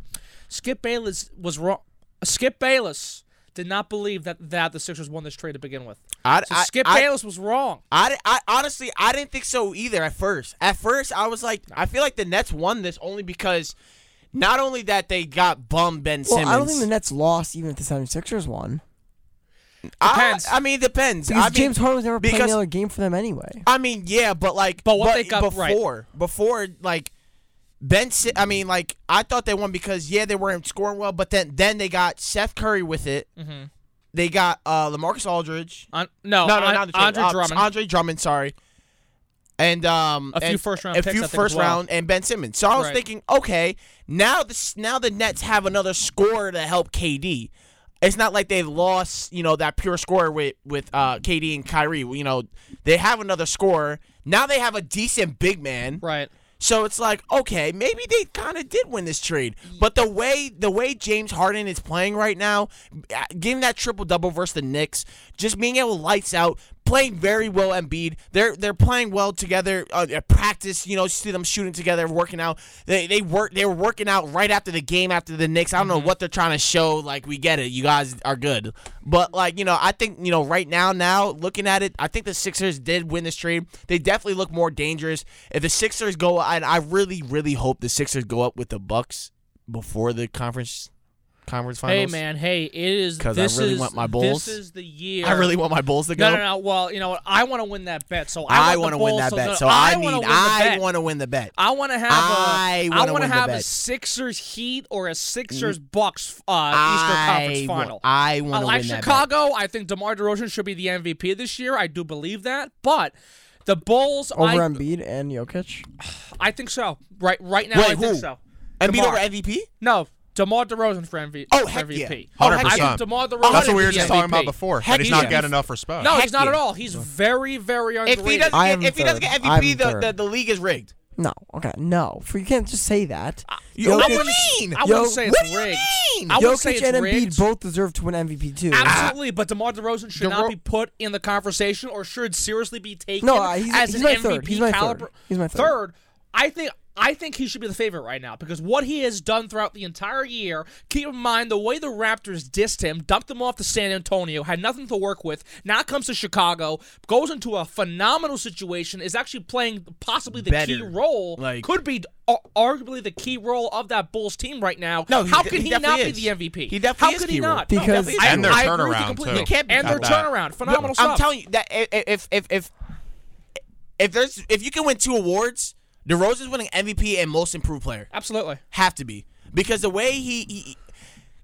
S4: Skip Bayless was wrong. Skip Bayless did not believe that, that the Sixers won this trade to begin with.
S2: I,
S4: So
S2: I-
S4: Skip
S2: I-
S4: Bayless was wrong.
S2: I, I honestly I didn't think so either at first. At first I was like I feel like the Nets won this only because not only that they got bum Ben
S3: well,
S2: Simmons.
S3: I don't think the Nets lost even if the 76ers won
S2: I-
S4: Depends.
S2: I, mean depends.
S3: because
S2: I mean,
S3: James Harden was never playing
S2: because-
S3: another game for them anyway.
S2: I mean yeah, but like
S4: But what they got right.
S2: before before like Ben Si- I mean like I thought they won because yeah they weren't scoring well, but then then they got Seth Curry with it.
S4: Mm-hmm.
S2: They got uh LaMarcus Aldridge.
S4: On, no,
S2: no, no,
S4: An-
S2: not the trade.
S4: Andre
S2: Uh,
S4: Drummond.
S2: Andre Drummond, sorry. And um,
S4: A few
S2: and-
S4: first-round
S2: a
S4: picks,
S2: few
S4: I think, as
S2: first
S4: well.
S2: round, and Ben Simmons. So I was
S4: Right.
S2: thinking, okay, now the now the Nets have another scorer to help KD. It's not like they lost, you know, that pure scorer with with uh, KD and Kyrie. You know, they have another scorer. Now they have a decent big man.
S4: right.
S2: So it's like, okay, maybe they kind of did win this trade, but the way the way James Harden is playing right now, uh, getting that triple double versus the Knicks, just being able to lights out, playing very well. Embiid, they're they're playing well together uh, at practice. You know, you see them shooting together, working out. They they work they were working out right after the game after the Knicks. I don't
S4: Mm-hmm.
S2: know what they're trying to show. Like we get it, you guys are good, but like you know, I think you know right now now looking at it, I think the Sixers did win this trade. They definitely look more dangerous. If the Sixers go, and I really really hope the Sixers go up with the Bucks before the conference conference
S4: Hey
S2: finals.
S4: man, hey, it is.
S2: 'Cause I
S4: this
S2: really
S4: is,
S2: want my Bulls.
S4: This is the year.
S2: I really want my Bulls to go.
S4: No, no, no. Well, you know what? I want to win that bet, so I,
S2: I
S4: want
S2: want
S4: the
S2: to win
S4: Bulls
S2: that
S4: to-
S2: bet,
S4: no,
S2: so I
S4: wanna
S2: need.
S4: win the
S2: I
S4: bet. Uh,
S2: want to win the bet.
S4: I want to have
S2: I
S4: a.
S2: wanna
S4: I
S2: win
S4: want
S2: the
S4: to have a
S2: bet. Mm-hmm.
S4: Sixers Heat or a Sixers Bucks uh, Eastern
S2: I
S4: Conference
S2: wa-
S4: Final.
S2: I want
S4: I
S2: to
S4: like
S2: win that bet.
S4: Chicago. I think DeMar DeRozan should be the MVP this year. I do believe that, but the Bulls.
S3: Over
S4: I,
S3: Embiid and Jokic.
S4: I think so. Right, right now,
S2: Wait,
S4: I think
S2: who?
S4: so.
S2: And beat
S4: DeMar.
S2: over MVP.
S4: No, DeMar DeRozan for MVP.
S2: Oh,
S4: for
S2: heck yeah.
S4: MVP.
S2: Oh,
S4: I think
S1: 100%.
S4: DeMar DeRozan.
S1: That's what we
S4: is
S1: were
S4: the
S1: just
S4: MVP.
S1: talking about before.
S2: Heck
S1: that he's not
S2: yeah.
S1: getting enough respect.
S4: No,
S2: Heck
S4: he's not
S2: yeah.
S4: at all. He's very, very
S2: If
S4: underrated.
S2: he doesn't,
S3: I
S2: get,
S3: am
S2: if he doesn't
S3: third.
S2: get
S3: I am
S2: MVP, the,
S3: third.
S2: the, the league is rigged.
S3: No, okay, no. For you can't just say that.
S2: You- what do you
S3: Jokic-
S2: mean?
S4: I wouldn't
S3: Yo,
S4: say
S2: what
S4: it's
S2: do you
S4: rigged.
S2: mean?
S4: I wouldn't say
S3: Jokic
S4: it's
S3: and
S4: rigged.
S3: Embiid both deserve to win MVP too.
S4: Absolutely, but DeMar DeRozan should
S2: DeRo-
S4: not be put in the conversation or should seriously be taken
S3: No, uh, he's-
S4: as
S3: he's
S4: an
S3: my
S4: MVP
S3: third. He's my third.
S4: caliber.
S3: He's my third.
S4: I think I think he should be the favorite right now because what he has done throughout the entire year, keep in mind the way the Raptors dissed him, dumped him off to San Antonio, had nothing to work with, now comes to Chicago, goes into a phenomenal situation, is actually playing possibly the key
S2: Better.
S4: role,
S2: Like-
S4: could be uh, arguably the key role of that Bulls team right now.
S2: No, he
S4: how
S2: de-
S4: could
S2: he
S4: he, not
S2: definitely
S4: be
S2: is.
S4: the MVP?
S2: He definitely
S4: how
S2: is
S4: could
S2: key
S4: he
S2: role.
S4: not?
S3: Because-
S4: no, definitely is
S1: And
S4: key
S1: their
S4: role. I agree with
S1: turnaround,
S4: you completely.
S1: too.
S2: You can't be
S4: and their
S1: at that.
S4: turnaround, phenomenal stuff.
S2: I'm telling you that if if if if if there's if you can win two awards, DeRozan's winning MVP and Most Improved Player
S4: absolutely.
S2: have to be because the way he. he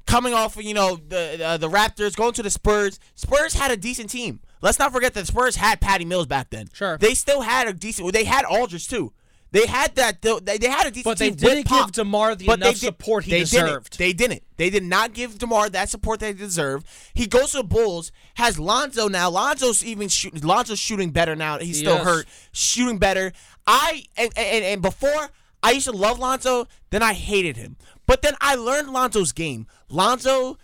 S2: Coming off, you know, the uh, the Raptors going to the Spurs. Spurs had a decent team. Let's not forget that Spurs had Patty Mills back then.
S4: Sure.
S2: they still had a decent. They had Aldridge too. They had that. They, they had a decent.
S4: But they
S2: team with
S4: didn't
S2: Pop.
S4: give DeMar the
S2: But
S4: enough
S2: did-
S4: support he
S2: they
S4: deserved.
S2: Didn't. They didn't. They did not give DeMar that support that he deserved. He goes to the Bulls, has Lonzo now. Lonzo's even shoot, Lonzo's shooting better now. He's still
S4: Yes.
S2: hurt, shooting better. I and, and and before I used to love Lonzo, then I hated him. But then I learned Lonzo's game. Lonzo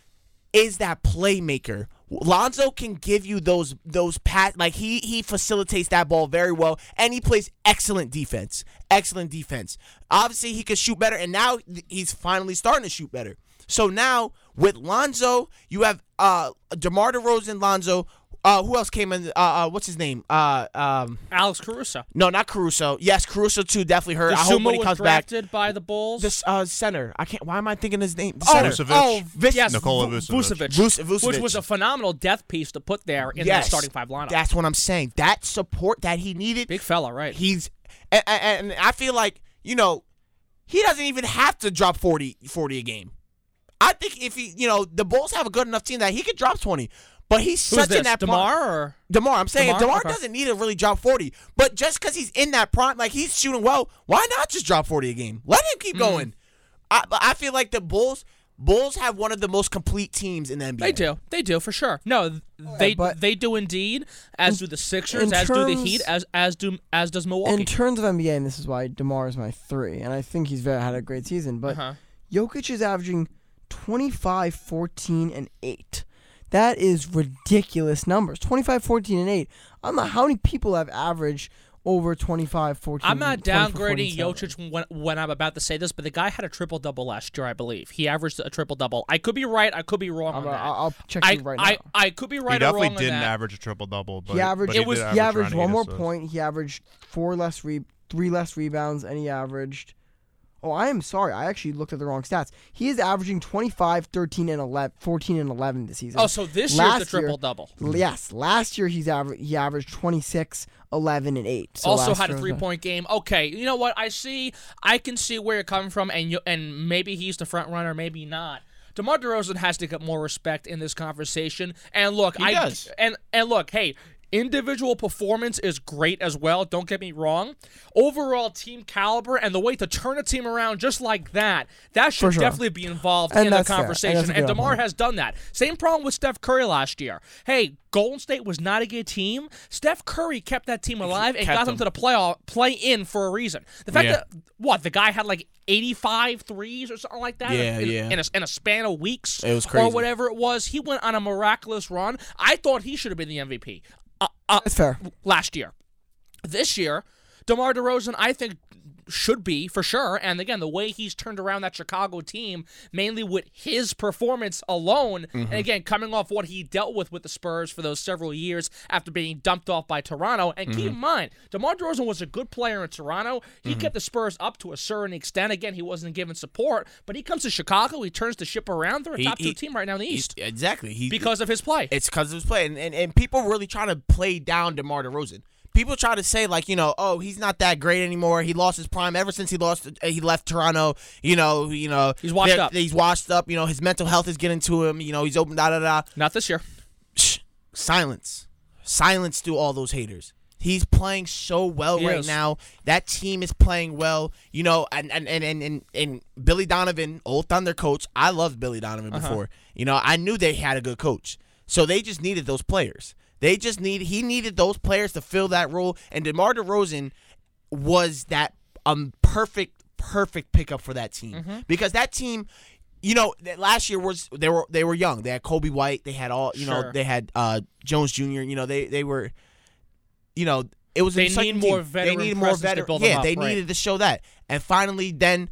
S2: is that playmaker. Lonzo can give you those those pat like he he facilitates that ball very well and he plays excellent defense. Excellent defense. Obviously he could shoot better and now th- he's finally starting to shoot better. So now with Lonzo, you have uh DeMar DeRozan Lonzo uh, who else came in? Uh, uh, what's his name? Uh, um,
S4: Alex Caruso.
S2: no, not Caruso. Yes, Caruso too. Definitely hurt. I hope
S4: Sumo
S2: when he
S4: was
S2: comes back.
S4: drafted by the Bulls.
S2: This uh, center. I can't. Why am I thinking his name? The
S4: oh,
S2: center.
S1: Vucevic.
S4: oh,
S2: Vic-
S4: yes,
S1: Nikola
S4: Vu-
S1: Vucevic.
S2: Vuce- Vucevic.
S4: which was a phenomenal death piece to put there in
S2: Yes.
S4: the starting five lineup.
S2: That's what I'm saying. That support that he needed.
S4: Big fella, right?
S2: He's and, and, and I feel like you know he doesn't even have to drop 40, 40 a game. I think if he you know the Bulls have a good enough team that he could drop twenty, but he's
S4: Who's
S2: such
S4: this?
S2: in that prime-
S4: Demar or
S2: Demar, I'm saying
S4: DeMar?
S2: Demar,
S4: Okay.
S2: doesn't need to really drop 40, but just because he's in that prime, like he's shooting well, why not just drop 40 a game? Let him
S4: Mm.
S2: keep going. I I feel like the Bulls Bulls have one of the most complete teams in the NBA.
S4: they do, they do for sure. No, th- they
S3: but-
S4: they do indeed. As do the Sixers,
S3: in
S4: as do the
S3: terms-
S4: Heat, as as do as does Milwaukee.
S3: In terms of NBA, and this is why Demar is my three, and I think he's very, had a great season. But
S4: Uh-huh.
S3: Jokic is averaging 25, 14, and eight. That is ridiculous numbers. 25, 14, and eight. I don't know how many people have averaged over 25, 14.
S4: I'm not
S3: 24,
S4: downgrading
S3: 27.
S4: Jokic when, when I'm about to say this, but the guy had a triple double last year, I believe. He averaged a triple double. I could be right. I could be wrong.
S3: I'm
S4: on
S3: a-
S4: that.
S3: I'll- I'll check
S4: I,
S3: you right
S4: I,
S3: now.
S4: I, could be right
S1: he
S4: or
S1: definitely
S4: wrong on
S1: didn't
S4: that.
S1: average a triple double, but
S3: He averaged.
S1: but he
S4: was-
S1: did average
S3: he
S1: around
S3: averaged one
S1: eight
S3: more
S1: assists.
S3: point. He averaged four less re, three less rebounds, and he averaged. Oh, I am sorry. I actually looked at the wrong stats. He is averaging 25, 13, and 11, 14, and 11 this season.
S4: Oh, so this year's the
S3: Last year-
S4: triple double.
S3: Yes, last year he's aver- he averaged 26, 11, and 8. So
S4: also
S3: last
S4: had a
S3: year was
S4: three point game. Okay, you know what? I see. I can see where you're coming from, and you, and maybe he's the front runner, maybe not. DeMar DeRozan has to get more respect in this conversation. And look, I
S2: does.
S4: and and look, hey. Individual performance is great as well. Don't get me wrong. Overall team caliber and the way to turn a team around just like that, that should
S3: sure.
S4: definitely be involved
S3: And
S4: in the
S3: that's fair. And that's a
S4: conversation.
S3: good
S4: and DeMar
S3: point.
S4: has done that. Same problem with Steph Curry last year. Hey, Golden State was not a good team. Steph Curry kept that team alive and
S2: kept
S4: got them
S2: them.
S4: to the playoff play in for a reason. The fact
S2: Yeah.
S4: that what the guy had like 85 threes or something like that
S2: Yeah,
S4: in,
S2: yeah.
S4: In, a, in a span of weeks
S2: It was
S4: or
S2: crazy.
S4: whatever it was. He went on a miraculous run. I thought he should have been the MVP. uh, uh,
S3: That's fair.
S4: last year. This year, DeMar DeRozan, I think, should be for sure. And again, the way he's turned around that Chicago team, mainly with his performance alone,
S2: Mm-hmm.
S4: and again, coming off what he dealt with with the Spurs for those several years after being dumped off by Toronto. And
S2: Mm-hmm.
S4: keep in mind, DeMar DeRozan was a good player in Toronto. He kept the Spurs up to a certain extent. Again, he wasn't given support, but he comes to Chicago, he turns the ship around. They're a
S2: He-
S4: top two
S2: he-
S4: team right now in the East
S2: He- exactly. He,
S4: because of his play.
S2: It's because of his play, and, and and people really try to play down DeMar DeRozan. People try to say like, you know, oh, he's not that great anymore. He lost his prime ever since he lost, uh, he left Toronto. You know, you know,
S4: He's washed
S2: they're-
S4: up.
S2: He's washed up. You know, his mental health is getting to him. You know, he's open. Da da da.
S4: Not this year.
S2: Shh. Silence, silence to all those haters. He's playing so well
S4: He
S2: right
S4: is.
S2: now. That team is playing well. You know, and and and and, and, and Billy Donovan, old Thunder coach. I loved Billy Donovan
S4: Uh-huh.
S2: before. You know, I knew they had a good coach. So they just needed those players. They just need he needed those players to fill that role. And DeMar DeRozan was that um perfect perfect pickup for that team
S4: Mm-hmm.
S2: because that team. You know, that last year was they were they were young. They had Kobe White. They had all you know.
S4: Sure.
S2: They had uh, Jones Jr. You know, they they were you know, it was. an
S4: They
S2: exciting
S4: need more
S2: team.
S4: veteran
S2: They needed more
S4: presence to
S2: veteran.
S4: build them
S2: yeah,
S4: up,
S2: they
S4: right.
S2: needed to show that. And finally, then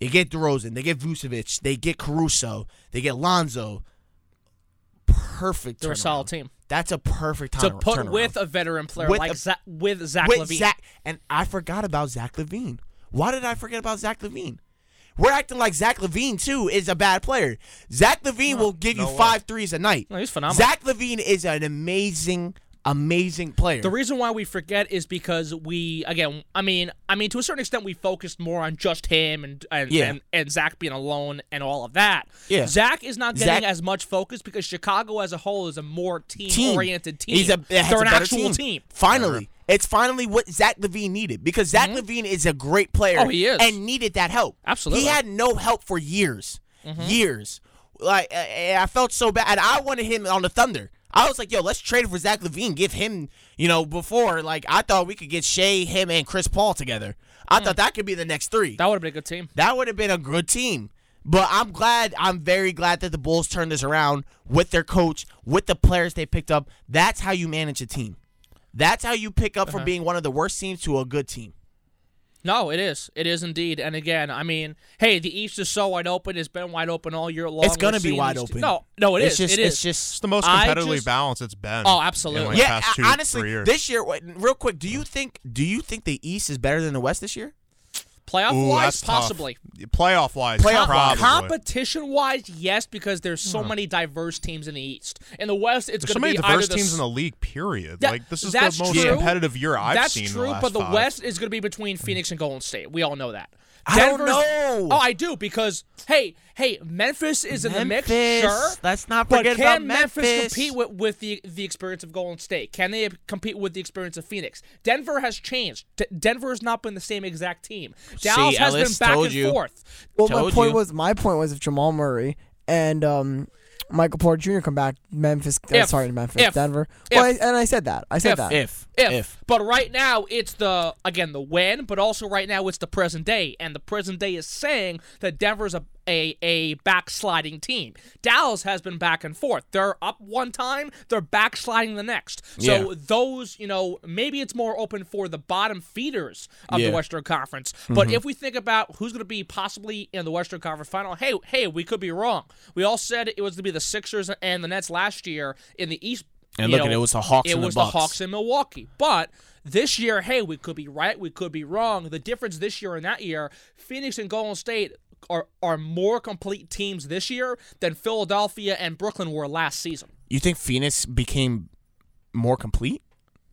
S2: they get DeRozan, they get Vucevic, they get Caruso, they get Lonzo. Perfect.
S4: They're a
S2: turnaround.
S4: solid team.
S2: That's a perfect
S4: to
S2: time
S4: put with a veteran player
S2: With
S4: like
S2: a-
S4: Za- with Zach
S2: with
S4: Levine.
S2: Zach. And I forgot about Zach Levine. Why did I forget about Zach Levine? We're acting like Zach Levine too is a bad player. Zach Levine will give you
S1: no way.
S2: five threes a night.
S4: uh, No, he's phenomenal.
S2: Zach Levine is an amazing, amazing player.
S4: the reason why we forget is because we again, I mean, I mean to a certain extent we focused more on just him and and
S2: Yeah.
S4: and, and Zach being alone and all of that.
S2: Yeah.
S4: Zach is not getting
S2: Zach-
S4: as much focus because Chicago as a whole is a more
S2: team.
S4: team-oriented team.
S2: He's a
S4: They're
S2: has a
S4: an
S2: better
S4: actual
S2: team.
S4: team.
S2: Finally, it's finally what Zach Levine needed because Zach Levine is a great player.
S4: Mm-hmm. Oh, he is.
S2: and needed that help.
S4: Absolutely. Mm-hmm.
S2: he had no help for years, years. Like uh, and I felt so bad. I wanted him on the Thunder. I was like, yo, let's trade for Zach Levine. Give him, you know, before like I thought we could get Shea, him, and Chris Paul together. I
S4: Mm.
S2: thought that could be the next three.
S4: That would have been a good team.
S2: That would have been a good team. But I'm glad, I'm very glad that the Bulls turned this around with their coach, with the players they picked up. That's how you manage a team. That's how you pick up
S4: Uh-huh.
S2: from being one of the worst teams to a good team.
S4: No, it is. It is indeed. And again, I mean, hey, the East is so wide open. It's been wide open all year long.
S2: It's gonna
S4: We've
S2: be
S4: seen
S2: wide
S4: these-
S2: open.
S4: No, no, it
S2: it's
S4: is.
S2: Just,
S4: it is.
S2: It's
S1: It's
S2: just.
S1: the most
S4: I
S1: competitively
S4: just-
S1: balanced it's been.
S4: Oh, absolutely.
S1: In like
S2: Yeah,
S1: past two, three
S2: honestly,
S1: years.
S2: this year, wait, real quick, do you think do you think the East is better than the West this year?
S4: Playoff
S1: Ooh,
S4: wise,
S1: that's tough.
S4: possibly.
S1: Playoff wise,
S2: Playoff
S1: probably.
S2: wise.
S4: Competition wise, yes, because there's so many diverse teams in the East. In the West, it's
S1: There's so
S4: going to
S1: many
S4: be
S1: diverse
S4: either the
S1: teams
S4: s-
S1: in the league. Period.
S4: That-
S1: like this is the
S4: that's
S1: most
S4: true.
S1: competitive year I've
S4: That's
S1: seen. in
S4: true,
S1: the last
S4: but the
S1: five.
S4: West is going to be between Phoenix and Golden State. We all know that.
S2: I don't
S4: Denver's-
S2: know.
S4: Oh, I do because hey, hey, Memphis is in the
S2: Memphis.
S4: mix. Sure,
S2: Let's not
S4: but
S2: forget
S4: can
S2: about
S4: Memphis,
S2: Memphis.
S4: compete with, with the the experience of Golden State? Can they compete with the experience of Phoenix? Denver has changed. D- Denver has not been the same exact team. Dallas has
S2: Ellis,
S4: been back
S2: told
S4: and
S2: you.
S4: forth.
S3: Well, my
S2: Told
S3: point
S2: you.
S3: was my point was if Jamal Murray and um, Michael Porter Jr. come back, Memphis. uh,
S4: If.
S3: sorry, Memphis,
S4: If.
S3: Denver.
S4: If.
S3: Well, I, and I said that. I said
S4: If.
S3: that.
S2: If
S4: If. But right now, it's the, again, the when, but also right now, it's the present day. And the present day is saying that Denver's a, a, a backsliding team. Dallas has been back and forth. They're up one time, they're backsliding the next. So
S2: Yeah.
S4: those, you know, maybe it's more open for the bottom feeders of
S2: Yeah. Mm-hmm.
S4: the Western Conference. But if we think about who's going to be possibly in the Western Conference final, hey, hey, we could be wrong. We all said it was to be the Sixers and the Nets last year in the East.
S2: And
S4: you
S2: look,
S4: know,
S2: it was the Hawks
S4: It
S2: and the
S4: was
S2: Bucks.
S4: the Hawks in Milwaukee. But this year, hey, we could be right, we could be wrong. The difference this year and that year, Phoenix and Golden State are are more complete teams this year than Philadelphia and Brooklyn were last season.
S2: you think Phoenix became more complete?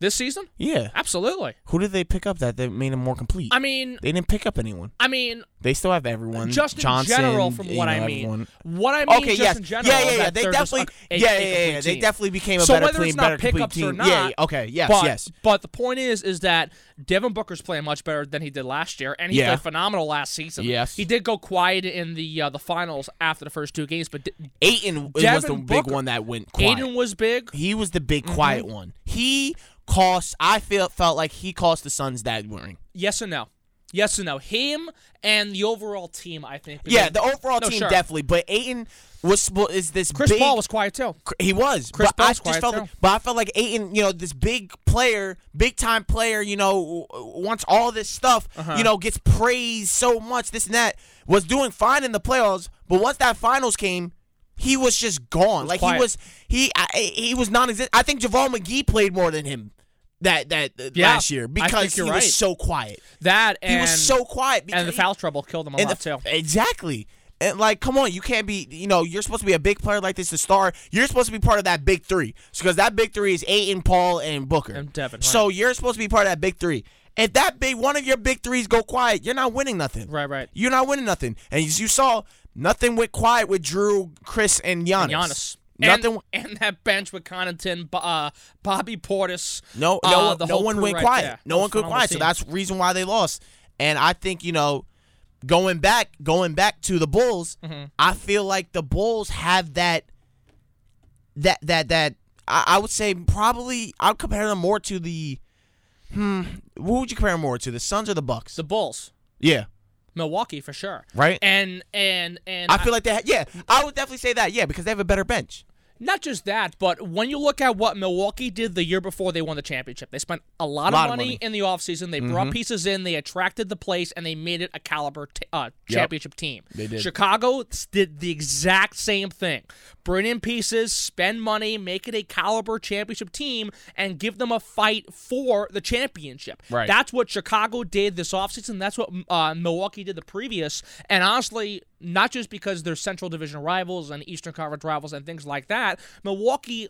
S4: This season?
S2: Yeah.
S4: Absolutely.
S2: Who did they pick up that that made them more complete?
S4: I mean,
S2: they didn't pick up anyone.
S4: I mean,
S2: They still have everyone.
S4: just in
S2: Mm, Johnson,
S4: general, from
S2: you
S4: what
S2: know,
S4: I mean,
S2: everyone.
S4: what I mean,
S2: okay,
S4: just
S2: yes,
S4: in general,
S2: yeah, yeah,
S4: is
S2: yeah.
S4: that
S2: They
S4: they're just
S2: definitely,
S4: a- a-
S2: yeah,
S4: a
S2: yeah, yeah, yeah.
S4: complete
S2: They
S4: team.
S2: definitely became a
S4: So
S2: better
S4: whether
S2: team,
S4: it's
S2: better
S4: not
S2: complete
S4: pickups
S2: team.
S4: or not,
S2: yeah, yeah, okay, yes,
S4: but,
S2: yes.
S4: But the point is, is that Devin Booker's playing much better than he did last year, and he
S2: Yeah.
S4: played phenomenal last season.
S2: Yes.
S4: he did go quiet in the uh, the finals after the first two games, but D-
S2: Aiton was
S4: Devin
S2: the big
S4: Booker- Mm-hmm.
S2: one that went quiet.
S4: Aiden was big.
S2: he was the big quiet one. He cost. I feel felt like he cost the Suns that ring.
S4: Yes and no. Yes and no. Him and the overall team, I think.
S2: Yeah,
S4: because-
S2: the overall
S4: No,
S2: team
S4: sure.
S2: definitely, but Aiton was spo- is this
S4: Chris
S2: big,
S4: Paul was quiet too.
S2: he was.
S4: Chris
S2: but I
S4: Paul's
S2: just
S4: quiet
S2: felt,
S4: too.
S2: but I felt like Aiton, you know, this big player, big time player, you know, w- wants all this stuff,
S4: Uh-huh.
S2: you know, gets praised so much, this and that. Was doing fine in the playoffs, but once that finals came, he was just gone. like
S4: quiet.
S2: he was, he I, he was non-existent. I think Javale McGee played more than him that that uh,
S4: Yeah,
S2: last year
S4: I think
S2: because he
S4: you're
S2: was
S4: right.
S2: so quiet.
S4: That and
S2: he was so quiet. Because
S4: and the
S2: he-
S4: foul trouble killed him a
S2: and
S4: lot
S2: the-
S4: too.
S2: Exactly. And like, come on, you can't be. You know, you're supposed to be a big player like this, the star. You're supposed to be part of that big three, because that big three is Aiton, Paul, and Booker,
S4: And Devin, right.
S2: So you're supposed to be part of that big three. If that big one of your big threes go quiet, you're not winning nothing.
S4: Right, right.
S2: You're not winning nothing. And as you saw, nothing went quiet with Drew, Chris, and Giannis.
S4: And Giannis.
S2: Nothing.
S4: And, and that bench with Connaughton, Bo- uh, Bobby Portis.
S2: No,
S4: uh,
S2: no,
S4: the
S2: no
S4: whole
S2: one
S4: crew
S2: went
S4: right
S2: quiet.
S4: there.
S2: No
S4: That
S2: one
S4: was
S2: went
S4: phenomenal
S2: quiet. So
S4: team.
S2: that's the reason why they lost. And I think you know, going back, going back to the Bulls, I feel like the Bulls have that, that that that. I, I would say probably I'd compare them more to the. Hmm, who would you compare them more to? The Suns or the Bucks?
S4: the Bulls,
S2: yeah,
S4: Milwaukee for sure.
S2: Right.
S4: And and and
S2: I feel like they. Ha- yeah, I would definitely say that. Yeah, because they have a better bench.
S4: Not just that, but when you look at what Milwaukee did the year before they won the championship, they spent a lot,
S2: Lot of
S4: of, money
S2: money.
S4: in the offseason. They brought pieces in, they attracted the place, and they made it a caliber t- uh, championship team. They did. Chicago s- did the exact same thing bring in pieces, spend money, make it a caliber championship team, and give them a fight for the championship.
S2: Right.
S4: That's what Chicago did this offseason. That's what uh, Milwaukee did the previous. And honestly, not just because they're Central Division rivals and Eastern Conference rivals and things like that, Milwaukee.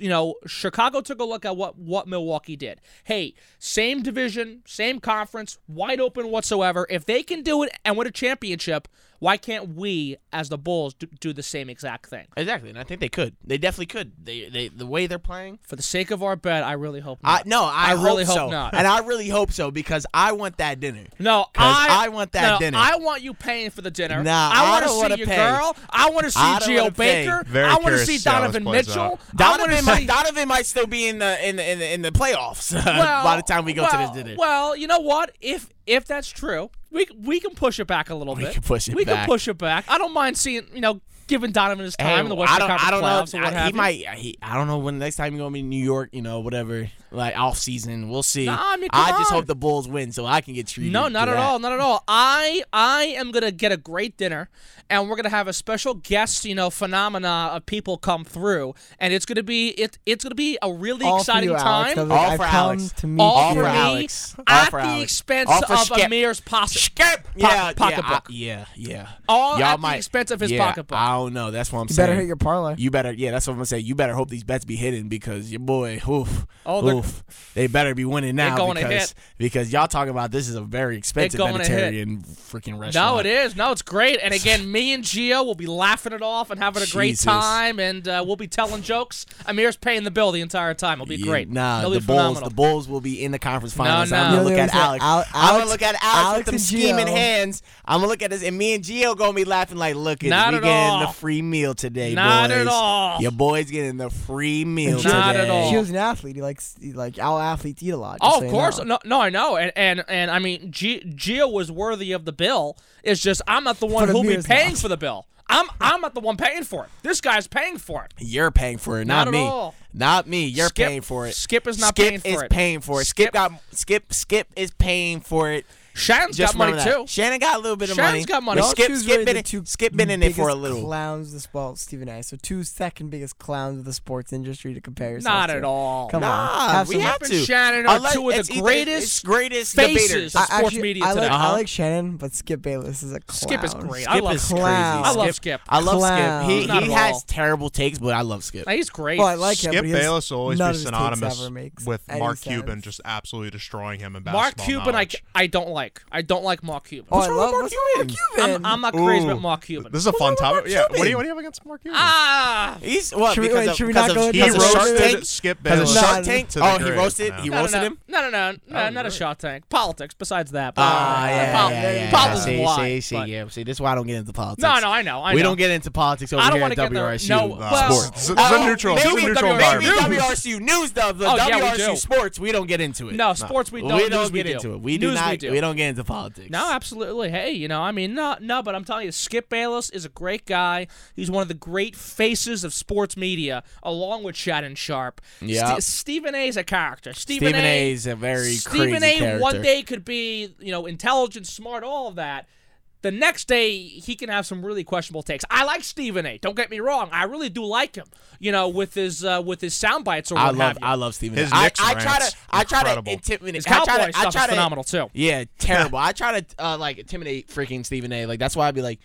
S4: You know, Chicago took a look at what what Milwaukee did. Hey, same division, same conference, wide open whatsoever. If they can do it and win a championship, why can't we, as the Bulls, do, do the same exact thing?
S2: Exactly, and I think they could. They definitely could. They they the way they're playing.
S4: For the sake of our bet, I really hope
S2: I
S4: not.
S2: no, I,
S4: I really
S2: hope
S4: hope
S2: so.
S4: not.
S2: and I really hope so because I want that dinner.
S4: No,
S2: 'Cause
S4: I,
S2: I want that
S4: no,
S2: dinner.
S4: I want you paying for the dinner.
S2: Nah, I
S4: I want
S2: don't wanna
S4: to see your
S2: pay.
S4: girl. I want to see
S2: I don't wanna
S4: Gio
S2: pay.
S4: Baker.
S1: Very
S4: I want to
S1: curious
S4: see
S1: to see how
S4: Donovan
S1: this plays
S4: Mitchell.
S1: out.
S4: I want
S2: Donovan
S4: to
S2: might,
S4: see.
S2: Donovan might still be in the in the in the, in the playoffs
S4: well,
S2: by the time we go to
S4: well,
S2: this dinner.
S4: Well, you know what? If if that's true, we we can push it back a little
S2: We
S4: bit.
S2: can push it
S4: We
S2: back.
S4: can push it back. I don't mind seeing you know giving Donovan his time
S2: Hey,
S4: in the Western
S2: I don't,
S4: Conference
S2: I don't
S4: playoffs
S2: know.
S4: or what
S2: I,
S4: have
S2: he
S4: you.
S2: might. He, I don't know when the next time you're gonna be in New York. You know, whatever. Like off season, we'll see.
S4: Nah, I mean, come
S2: just
S4: on.
S2: hope the Bulls win so I can get treated.
S4: No,
S2: to
S4: not at
S2: that.
S4: all. Not at all. I I am gonna get a great dinner, and we're gonna have a special guest, you know, phenomena of people come through, and it's gonna be it it's gonna be a really
S3: All for
S4: exciting
S3: you, Alex.
S4: time.
S3: They're like,
S2: All
S3: I've
S2: for
S3: come
S2: Alex.
S3: To meet
S4: all
S3: you.
S4: for me
S2: Alex. All
S4: at
S2: for
S4: the
S2: Alex.
S4: expense
S2: All for
S4: of
S2: Skip.
S4: Amir's pocket.
S2: Skip.
S4: Pock-
S2: yeah,
S4: pocketbook.
S2: Yeah, I- yeah, yeah.
S4: All
S2: Y'all
S4: at the
S2: might,
S4: expense of his
S2: yeah,
S4: pocketbook.
S2: I don't know. That's what I'm
S3: You
S2: saying.
S3: better hit your parlay.
S2: You better, yeah, that's what I'm gonna say. You better hope these bets be hidden because your boy, oof,
S4: Oh, they're-
S2: oof, they better be winning now
S4: going to
S2: because
S4: hit.
S2: because y'all talking about this is a very expensive
S4: going to hit.
S2: vegetarian freaking restaurant.
S4: No, it is. No, it's great. And again, me and Gio will be laughing it off and having a great
S2: Jesus.
S4: time, and uh, we'll be telling jokes. Amir's paying the bill the entire time. It'll be
S2: Yeah,
S4: great.
S2: Nah,
S4: It'll
S2: the
S4: be
S2: Bulls,
S4: phenomenal.
S2: the Bulls will be in the conference finals.
S4: no.
S2: I'm gonna
S4: You'll
S2: look
S3: be
S2: at
S3: saying,
S2: Alex.
S3: "Al-
S2: I'm gonna
S3: Alex-
S2: look at Alex,
S3: Alex
S2: with them
S3: and
S2: scheming
S3: Gio."
S2: hands. I'm gonna look at this, and me and Gio gonna be laughing like, look, it's
S4: Not
S2: we
S4: at
S2: getting
S4: all.
S2: the free meal today,
S4: Not
S2: boys.
S4: at all.
S2: Your boy's getting the free meal
S4: Not
S2: today.
S4: at all.
S3: She was an athlete. He likes he, like all athletes eat a lot. just so
S4: Oh, of
S3: you
S4: course.
S3: know.
S4: No, no, I know, and and, and I mean, G- Gio was worthy of the bill. It's just I'm not the one
S3: But
S4: who'll be
S3: Amir's
S4: paying
S3: not.
S4: for the bill. I'm I'm not the one paying for it. This guy's paying for it.
S2: You're paying for it,
S4: Not
S2: not,
S4: at
S2: me.
S4: all.
S2: Not me. You're
S4: Skip-
S2: paying for it.
S4: Skip is not
S2: Skip
S4: paying for
S2: is
S4: it.
S2: paying for it. Skip,
S4: Skip-
S2: got skip. Skip is paying for it.
S4: Shannon's
S2: Just
S4: got money
S2: remember that.
S4: too.
S2: Shannon got a little bit of
S4: Shannon's
S2: money.
S4: got money.
S2: but
S3: Y'all
S2: Skip,
S3: choose
S2: skip,
S3: really
S2: been
S3: the
S2: in,
S3: two
S2: skip been in it for a
S3: biggest
S2: little.
S3: Clowns, this well, Stephen A. So two second biggest clowns of the sports industry to compare yourself.
S4: Not
S3: to.
S4: at all.
S3: Come on,
S2: Nah,
S3: have
S2: we
S3: some-
S2: have
S4: Rip and
S2: to.
S4: Shannon are
S2: Unless-
S4: two of the
S2: it's either-
S4: greatest
S2: it's greatest
S4: faces.
S2: debaters.
S4: I-
S2: Skip
S4: sports media
S3: I
S4: today.
S3: like, I
S4: Uh-huh.
S3: like Shannon, but Skip Bayless is a clown.
S4: Skip is great. I love
S2: is
S4: Skip.
S2: crazy.
S3: Clown. I
S4: love Skip.
S2: I love
S3: Clown.
S2: Skip. He,
S4: Not
S2: he
S4: at
S2: has
S4: all.
S2: terrible takes, but I love Skip.
S4: He's great.
S3: Well, Oh, I like him.
S1: Skip
S3: but he has-
S1: Bayless will always
S3: none
S1: be
S3: of his takes
S1: synonymous
S3: ever makes
S1: with
S3: any
S1: Mark
S3: sense.
S1: Cuban just absolutely destroying him in basketball.
S4: Mark Cuban, I,
S1: knowledge.
S4: I don't like. I don't like Mark Cuban.
S3: Oh, I
S2: wrong with
S3: love
S2: Mark
S3: what's wrong with
S2: Cuban?
S3: Mark
S4: I'm,
S3: Cuban.
S4: I'm not crazy
S1: Ooh.
S4: about Mark Cuban.
S1: This is a fun topic. Yeah. What do you
S2: Cuban?
S1: what do you have against Mark Cuban?
S4: ah,
S2: He's what?
S3: Should we-
S2: because
S3: wait,
S2: of,
S3: should we
S2: because
S3: not go
S2: of,
S3: into
S1: he
S2: because of
S3: the
S2: Shark
S3: roasted-
S1: roasted
S2: Tank?
S1: Skip
S2: Because
S1: Bayless.
S2: of Shark
S3: Nah,
S2: Tank?
S1: to the
S2: Oh, he
S1: grave.
S2: roasted.
S1: No.
S2: He
S4: no, no,
S2: roasted
S4: no,
S2: him.
S4: no, no, no, no, not a shot tank. Politics. Besides that,
S2: Oh, Ah,
S4: Politics.
S2: yeah,
S4: Pol-
S2: yeah, yeah, yeah.
S4: politics
S2: See,
S4: is why,
S2: see, see,
S4: but-
S2: yeah. See, this is why I don't get into politics.
S4: No, no, I know. I
S2: we
S4: know.
S2: don't get into politics over
S4: I don't
S2: here
S4: wanna
S2: at
S4: get there.
S2: WRSU.
S4: No,
S1: Uh,
S4: well-
S1: sports. It's a- it's
S2: Oh,
S1: a neutral, it's
S2: maybe
S1: a neutral
S4: WRSU.
S2: Maybe
S1: environment.
S2: WRSU news, though. The
S4: Oh, yeah, we
S2: WRSU
S4: do.
S2: sports, we don't get into it.
S4: No, sports we don't.
S2: we
S4: news
S2: don't get
S4: we do.
S2: into it. We do
S4: news
S2: not.
S4: We do.
S2: don't get into politics.
S4: No, absolutely. Hey, you know, I mean, no, no, but I'm telling you, Skip Bayless is a great guy. He's one of the great faces of sports media, along with Shannon Sharp.
S2: Yeah.
S4: Ste- Stephen A. is a character. Stephen,
S2: Stephen
S4: A.
S2: A is a very
S4: Stephen
S2: crazy
S4: A.
S2: character.
S4: one day could be, you know, intelligent, smart, all of that. The next day, he can have some really questionable takes. I like Stephen A. Don't get me wrong; I really do like him. You know, with his uh, with his sound bites or
S2: I
S4: what have
S2: love
S4: you.
S2: I love Stephen
S1: His
S2: A. I-
S1: Knicks
S2: I try
S1: rants,
S2: to I try to
S1: incredible.
S2: intimidate.
S4: his
S2: I
S4: cowboy
S2: try to, I
S4: stuff
S2: try
S4: is
S2: to,
S4: phenomenal too.
S2: Yeah, terrible. I try to uh, like intimidate freaking Stephen A. Like that's why I'd be like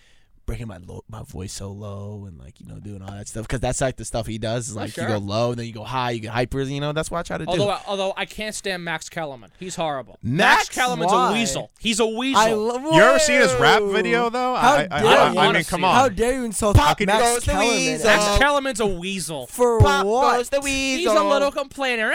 S2: bringing my low, my voice so low and like you know doing all that stuff because that's like the stuff he does. Is like
S4: sure.
S2: you go low and then you go high, you get hyper. You know that's what I try to
S4: Although,
S2: do.
S4: although I can't stand Max Kellerman. He's horrible.
S2: Max?
S4: Kellerman's
S3: Why?
S4: a weasel. He's a weasel.
S3: I love.
S1: You ever seen his rap video though?
S3: How
S1: I, I,
S3: dare
S1: I,
S3: you.
S1: I mean, come
S3: How
S1: on.
S3: dare you insult
S2: Pop goes
S3: Max
S2: the
S3: Kellerman?
S2: weasel.
S4: Max
S2: Uh,
S4: Kellerman's a weasel.
S3: for
S2: Pop
S3: what?
S2: goes the
S4: He's
S2: weasel.
S4: a little complainer.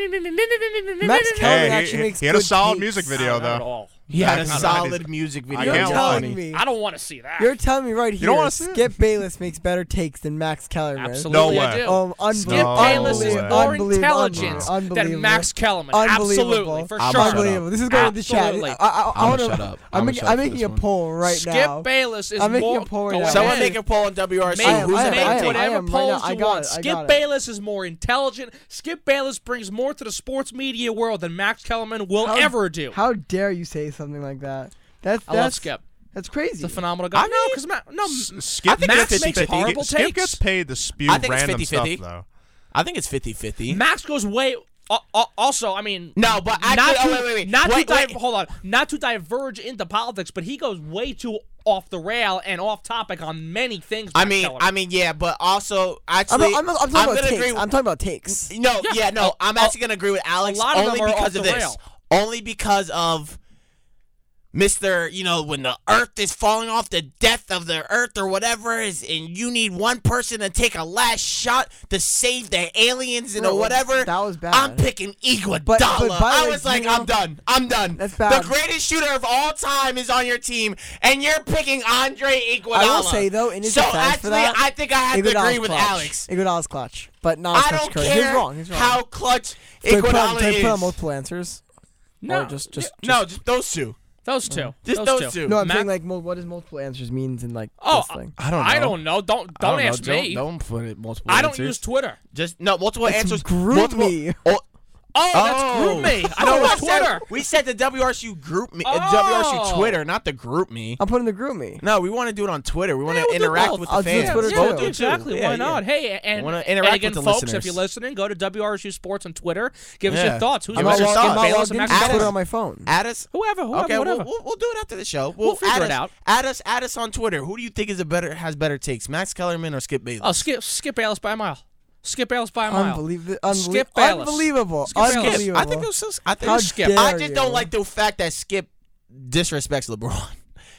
S3: Max Kellerman
S1: Hey, he-
S3: actually makes
S1: he had a
S3: good
S1: solid
S3: takes.
S1: music
S4: I
S1: video
S4: don't know at
S1: though.
S4: all.
S2: He
S1: Back
S2: had a
S1: in the
S2: solid
S1: 90s.
S2: music video.
S1: I
S3: You're
S1: can't
S2: Johnny.
S1: lie.
S3: telling me.
S4: I don't want to see that.
S3: You're telling me right here.
S1: don't wanna see it?
S3: Skip Bayless makes better takes than Max Kellerman.
S4: Absolutely,
S1: No
S4: I
S1: way.
S2: Oh,
S4: do.
S3: Um,
S4: Skip
S1: No
S3: unbelievable.
S4: Bayless is
S1: way.
S4: more
S3: Unbelievable.
S4: intelligent
S3: Unbelievable.
S4: than Max Kellerman.
S3: Unbelievable.
S4: Absolutely, for
S2: I'm gonna
S4: sure.
S2: shut up.
S3: Unbelievable. This is going to the chat.
S4: Absolutely.
S3: I, I, I,
S2: I'ma
S3: wanna,
S2: shut up.
S3: I'm,
S2: I'ma
S3: making,
S2: shut up
S3: I'm
S2: for
S3: making
S2: this
S3: a
S2: one.
S3: poll right
S4: Skip
S3: now.
S4: Bayless is
S3: I'm making
S4: more.
S3: a poll right
S4: go
S3: now.
S4: ahead.
S2: Someone make a poll on WRC.
S4: Make,
S3: I am,
S2: Who's
S3: I
S2: an
S3: am, I
S4: make
S3: am,
S2: anti?
S3: I
S4: whatever
S3: am right now.
S4: polls
S3: I
S4: you
S3: got
S4: want.
S3: it, I
S4: Skip
S3: got it.
S4: Bayless is more intelligent. Skip Bayless brings more to the sports media world than Max Kellerman will
S3: How-
S4: ever do.
S3: How dare you say something like that? That's,
S4: I love
S3: that's,
S4: Skip.
S3: that's crazy.
S4: He's a phenomenal guy.
S2: I
S4: no,
S2: mean,
S4: because no,
S1: Skip,
S2: I think
S4: Max
S2: it's
S4: makes
S2: 50-50.
S4: horrible
S1: Skip
S4: takes.
S1: gets paid to spew
S2: I think it's
S1: random stuff
S2: 50-50.
S1: though.
S2: I think it's 50-50.
S4: Max goes way. Uh, also, I mean,
S2: No, but actually,
S4: not to,
S2: oh, wait, wait, wait.
S4: not
S2: Wait,
S4: to dive,
S2: wait.
S4: hold on, not to diverge into politics, but he goes way too off the rail and off topic on many things.
S2: I
S4: Max
S2: mean,
S4: Kellerman.
S2: I mean, yeah, but also
S3: I'm,
S2: actually,
S3: I'm, I'm talking about
S2: gonna
S3: takes.
S2: agree.
S3: I'm talking about takes.
S2: no,
S4: Yeah.
S2: yeah, no, I'm
S4: A-
S2: actually gonna agree with Alex
S4: lot of them
S2: only
S4: are off
S2: because
S4: the
S2: of this,
S4: rail.
S2: only because of Mister. You know, when the Earth is falling off, the death of the Earth or whatever is, and you need one person to take a last shot to save the aliens and
S3: Bro,
S2: or whatever.
S3: that was bad.
S2: I'm picking Iguodala.
S3: But- but by
S2: I
S3: the
S2: was
S3: way,
S2: like,
S3: you know-
S2: I'm done. I'm done.
S3: That's bad.
S2: The greatest shooter of all time is on your team, and you're picking Andre Iguodala.
S3: I will say, though, in his
S2: so
S3: defense
S2: actually,
S3: for that,
S2: I think I have to
S3: Iguodala's
S2: agree with
S3: clutch.
S2: Alex.
S3: Iguodala's clutch, but not as
S2: I
S3: clutch
S2: don't
S3: Curry.
S2: care
S3: He's wrong. He's wrong.
S2: how clutch
S3: they put, on,
S2: Iguodala
S3: they
S2: is.
S3: put on multiple answers.
S4: no,
S3: Or just, just,
S2: no, just Mm. those two.
S4: those two,
S2: Just
S4: those,
S2: those
S4: two.
S2: two.
S3: No, I'm
S4: Mac-
S3: saying like, mul- what does multiple answers means in like
S4: Oh,
S3: this thing?
S1: I don't.
S4: I don't know. Don't don't, ask me.
S2: put it multiple.
S4: I don't use Twitter.
S2: just no multiple answers.
S3: group
S2: multiple,
S3: me.
S2: Oh,
S4: Oh,
S2: Oh.
S4: that's group me. I don't
S2: I
S4: use
S2: said-
S4: Twitter.
S2: we said the WRSU group me. uh,
S4: Oh.
S2: WRSU Twitter, not the group me.
S3: I'm putting the group me.
S2: No, we want to do it on Twitter. We want
S4: Yeah,
S2: to
S4: we'll do
S2: interact
S4: both.
S2: with
S3: I'll
S2: the
S3: do
S2: fans.
S3: Twitter
S2: We'll do
S3: too.
S2: it too.
S4: Exactly.
S2: Yeah,
S4: Why
S2: yeah.
S4: not? Hey, and,
S2: wanna
S4: and
S2: interact
S4: again,
S2: with the
S4: folks, if
S2: listeners.
S4: you're listening, go to WRSU Sports on Twitter. Give us
S2: Yeah.
S4: your thoughts. Who's
S2: I'm
S3: I'm
S2: not
S3: not
S4: Mr.
S2: logged-
S4: Scott
S2: I'm not
S4: Bayless
S3: logged into
S4: and Max
S2: Twitter
S3: Twitter
S4: Kellerman?
S3: on my phone.
S2: Add us.
S4: Whoever, whoever,
S2: okay,
S4: whatever.
S2: We'll, we'll, we'll do it after the show. We'll,
S4: We'll figure
S2: add us,
S4: it out.
S2: Add us, add us on Twitter. Who do you think is a better has better takes, Max Kellerman or Skip Bayless?
S4: Oh, skip skip Alice by a mile. Skip Alice by a mile.
S3: Unbelievable. Unbelie-
S4: Skip Bayless.
S3: Unbelievable.
S4: Skip Bayless.
S2: Skip.
S3: unbelievable.
S2: I think it was. so- I think it
S3: How
S2: was Skip.
S3: dare
S2: I just don't
S3: you.
S2: like the fact that Skip disrespects LeBron.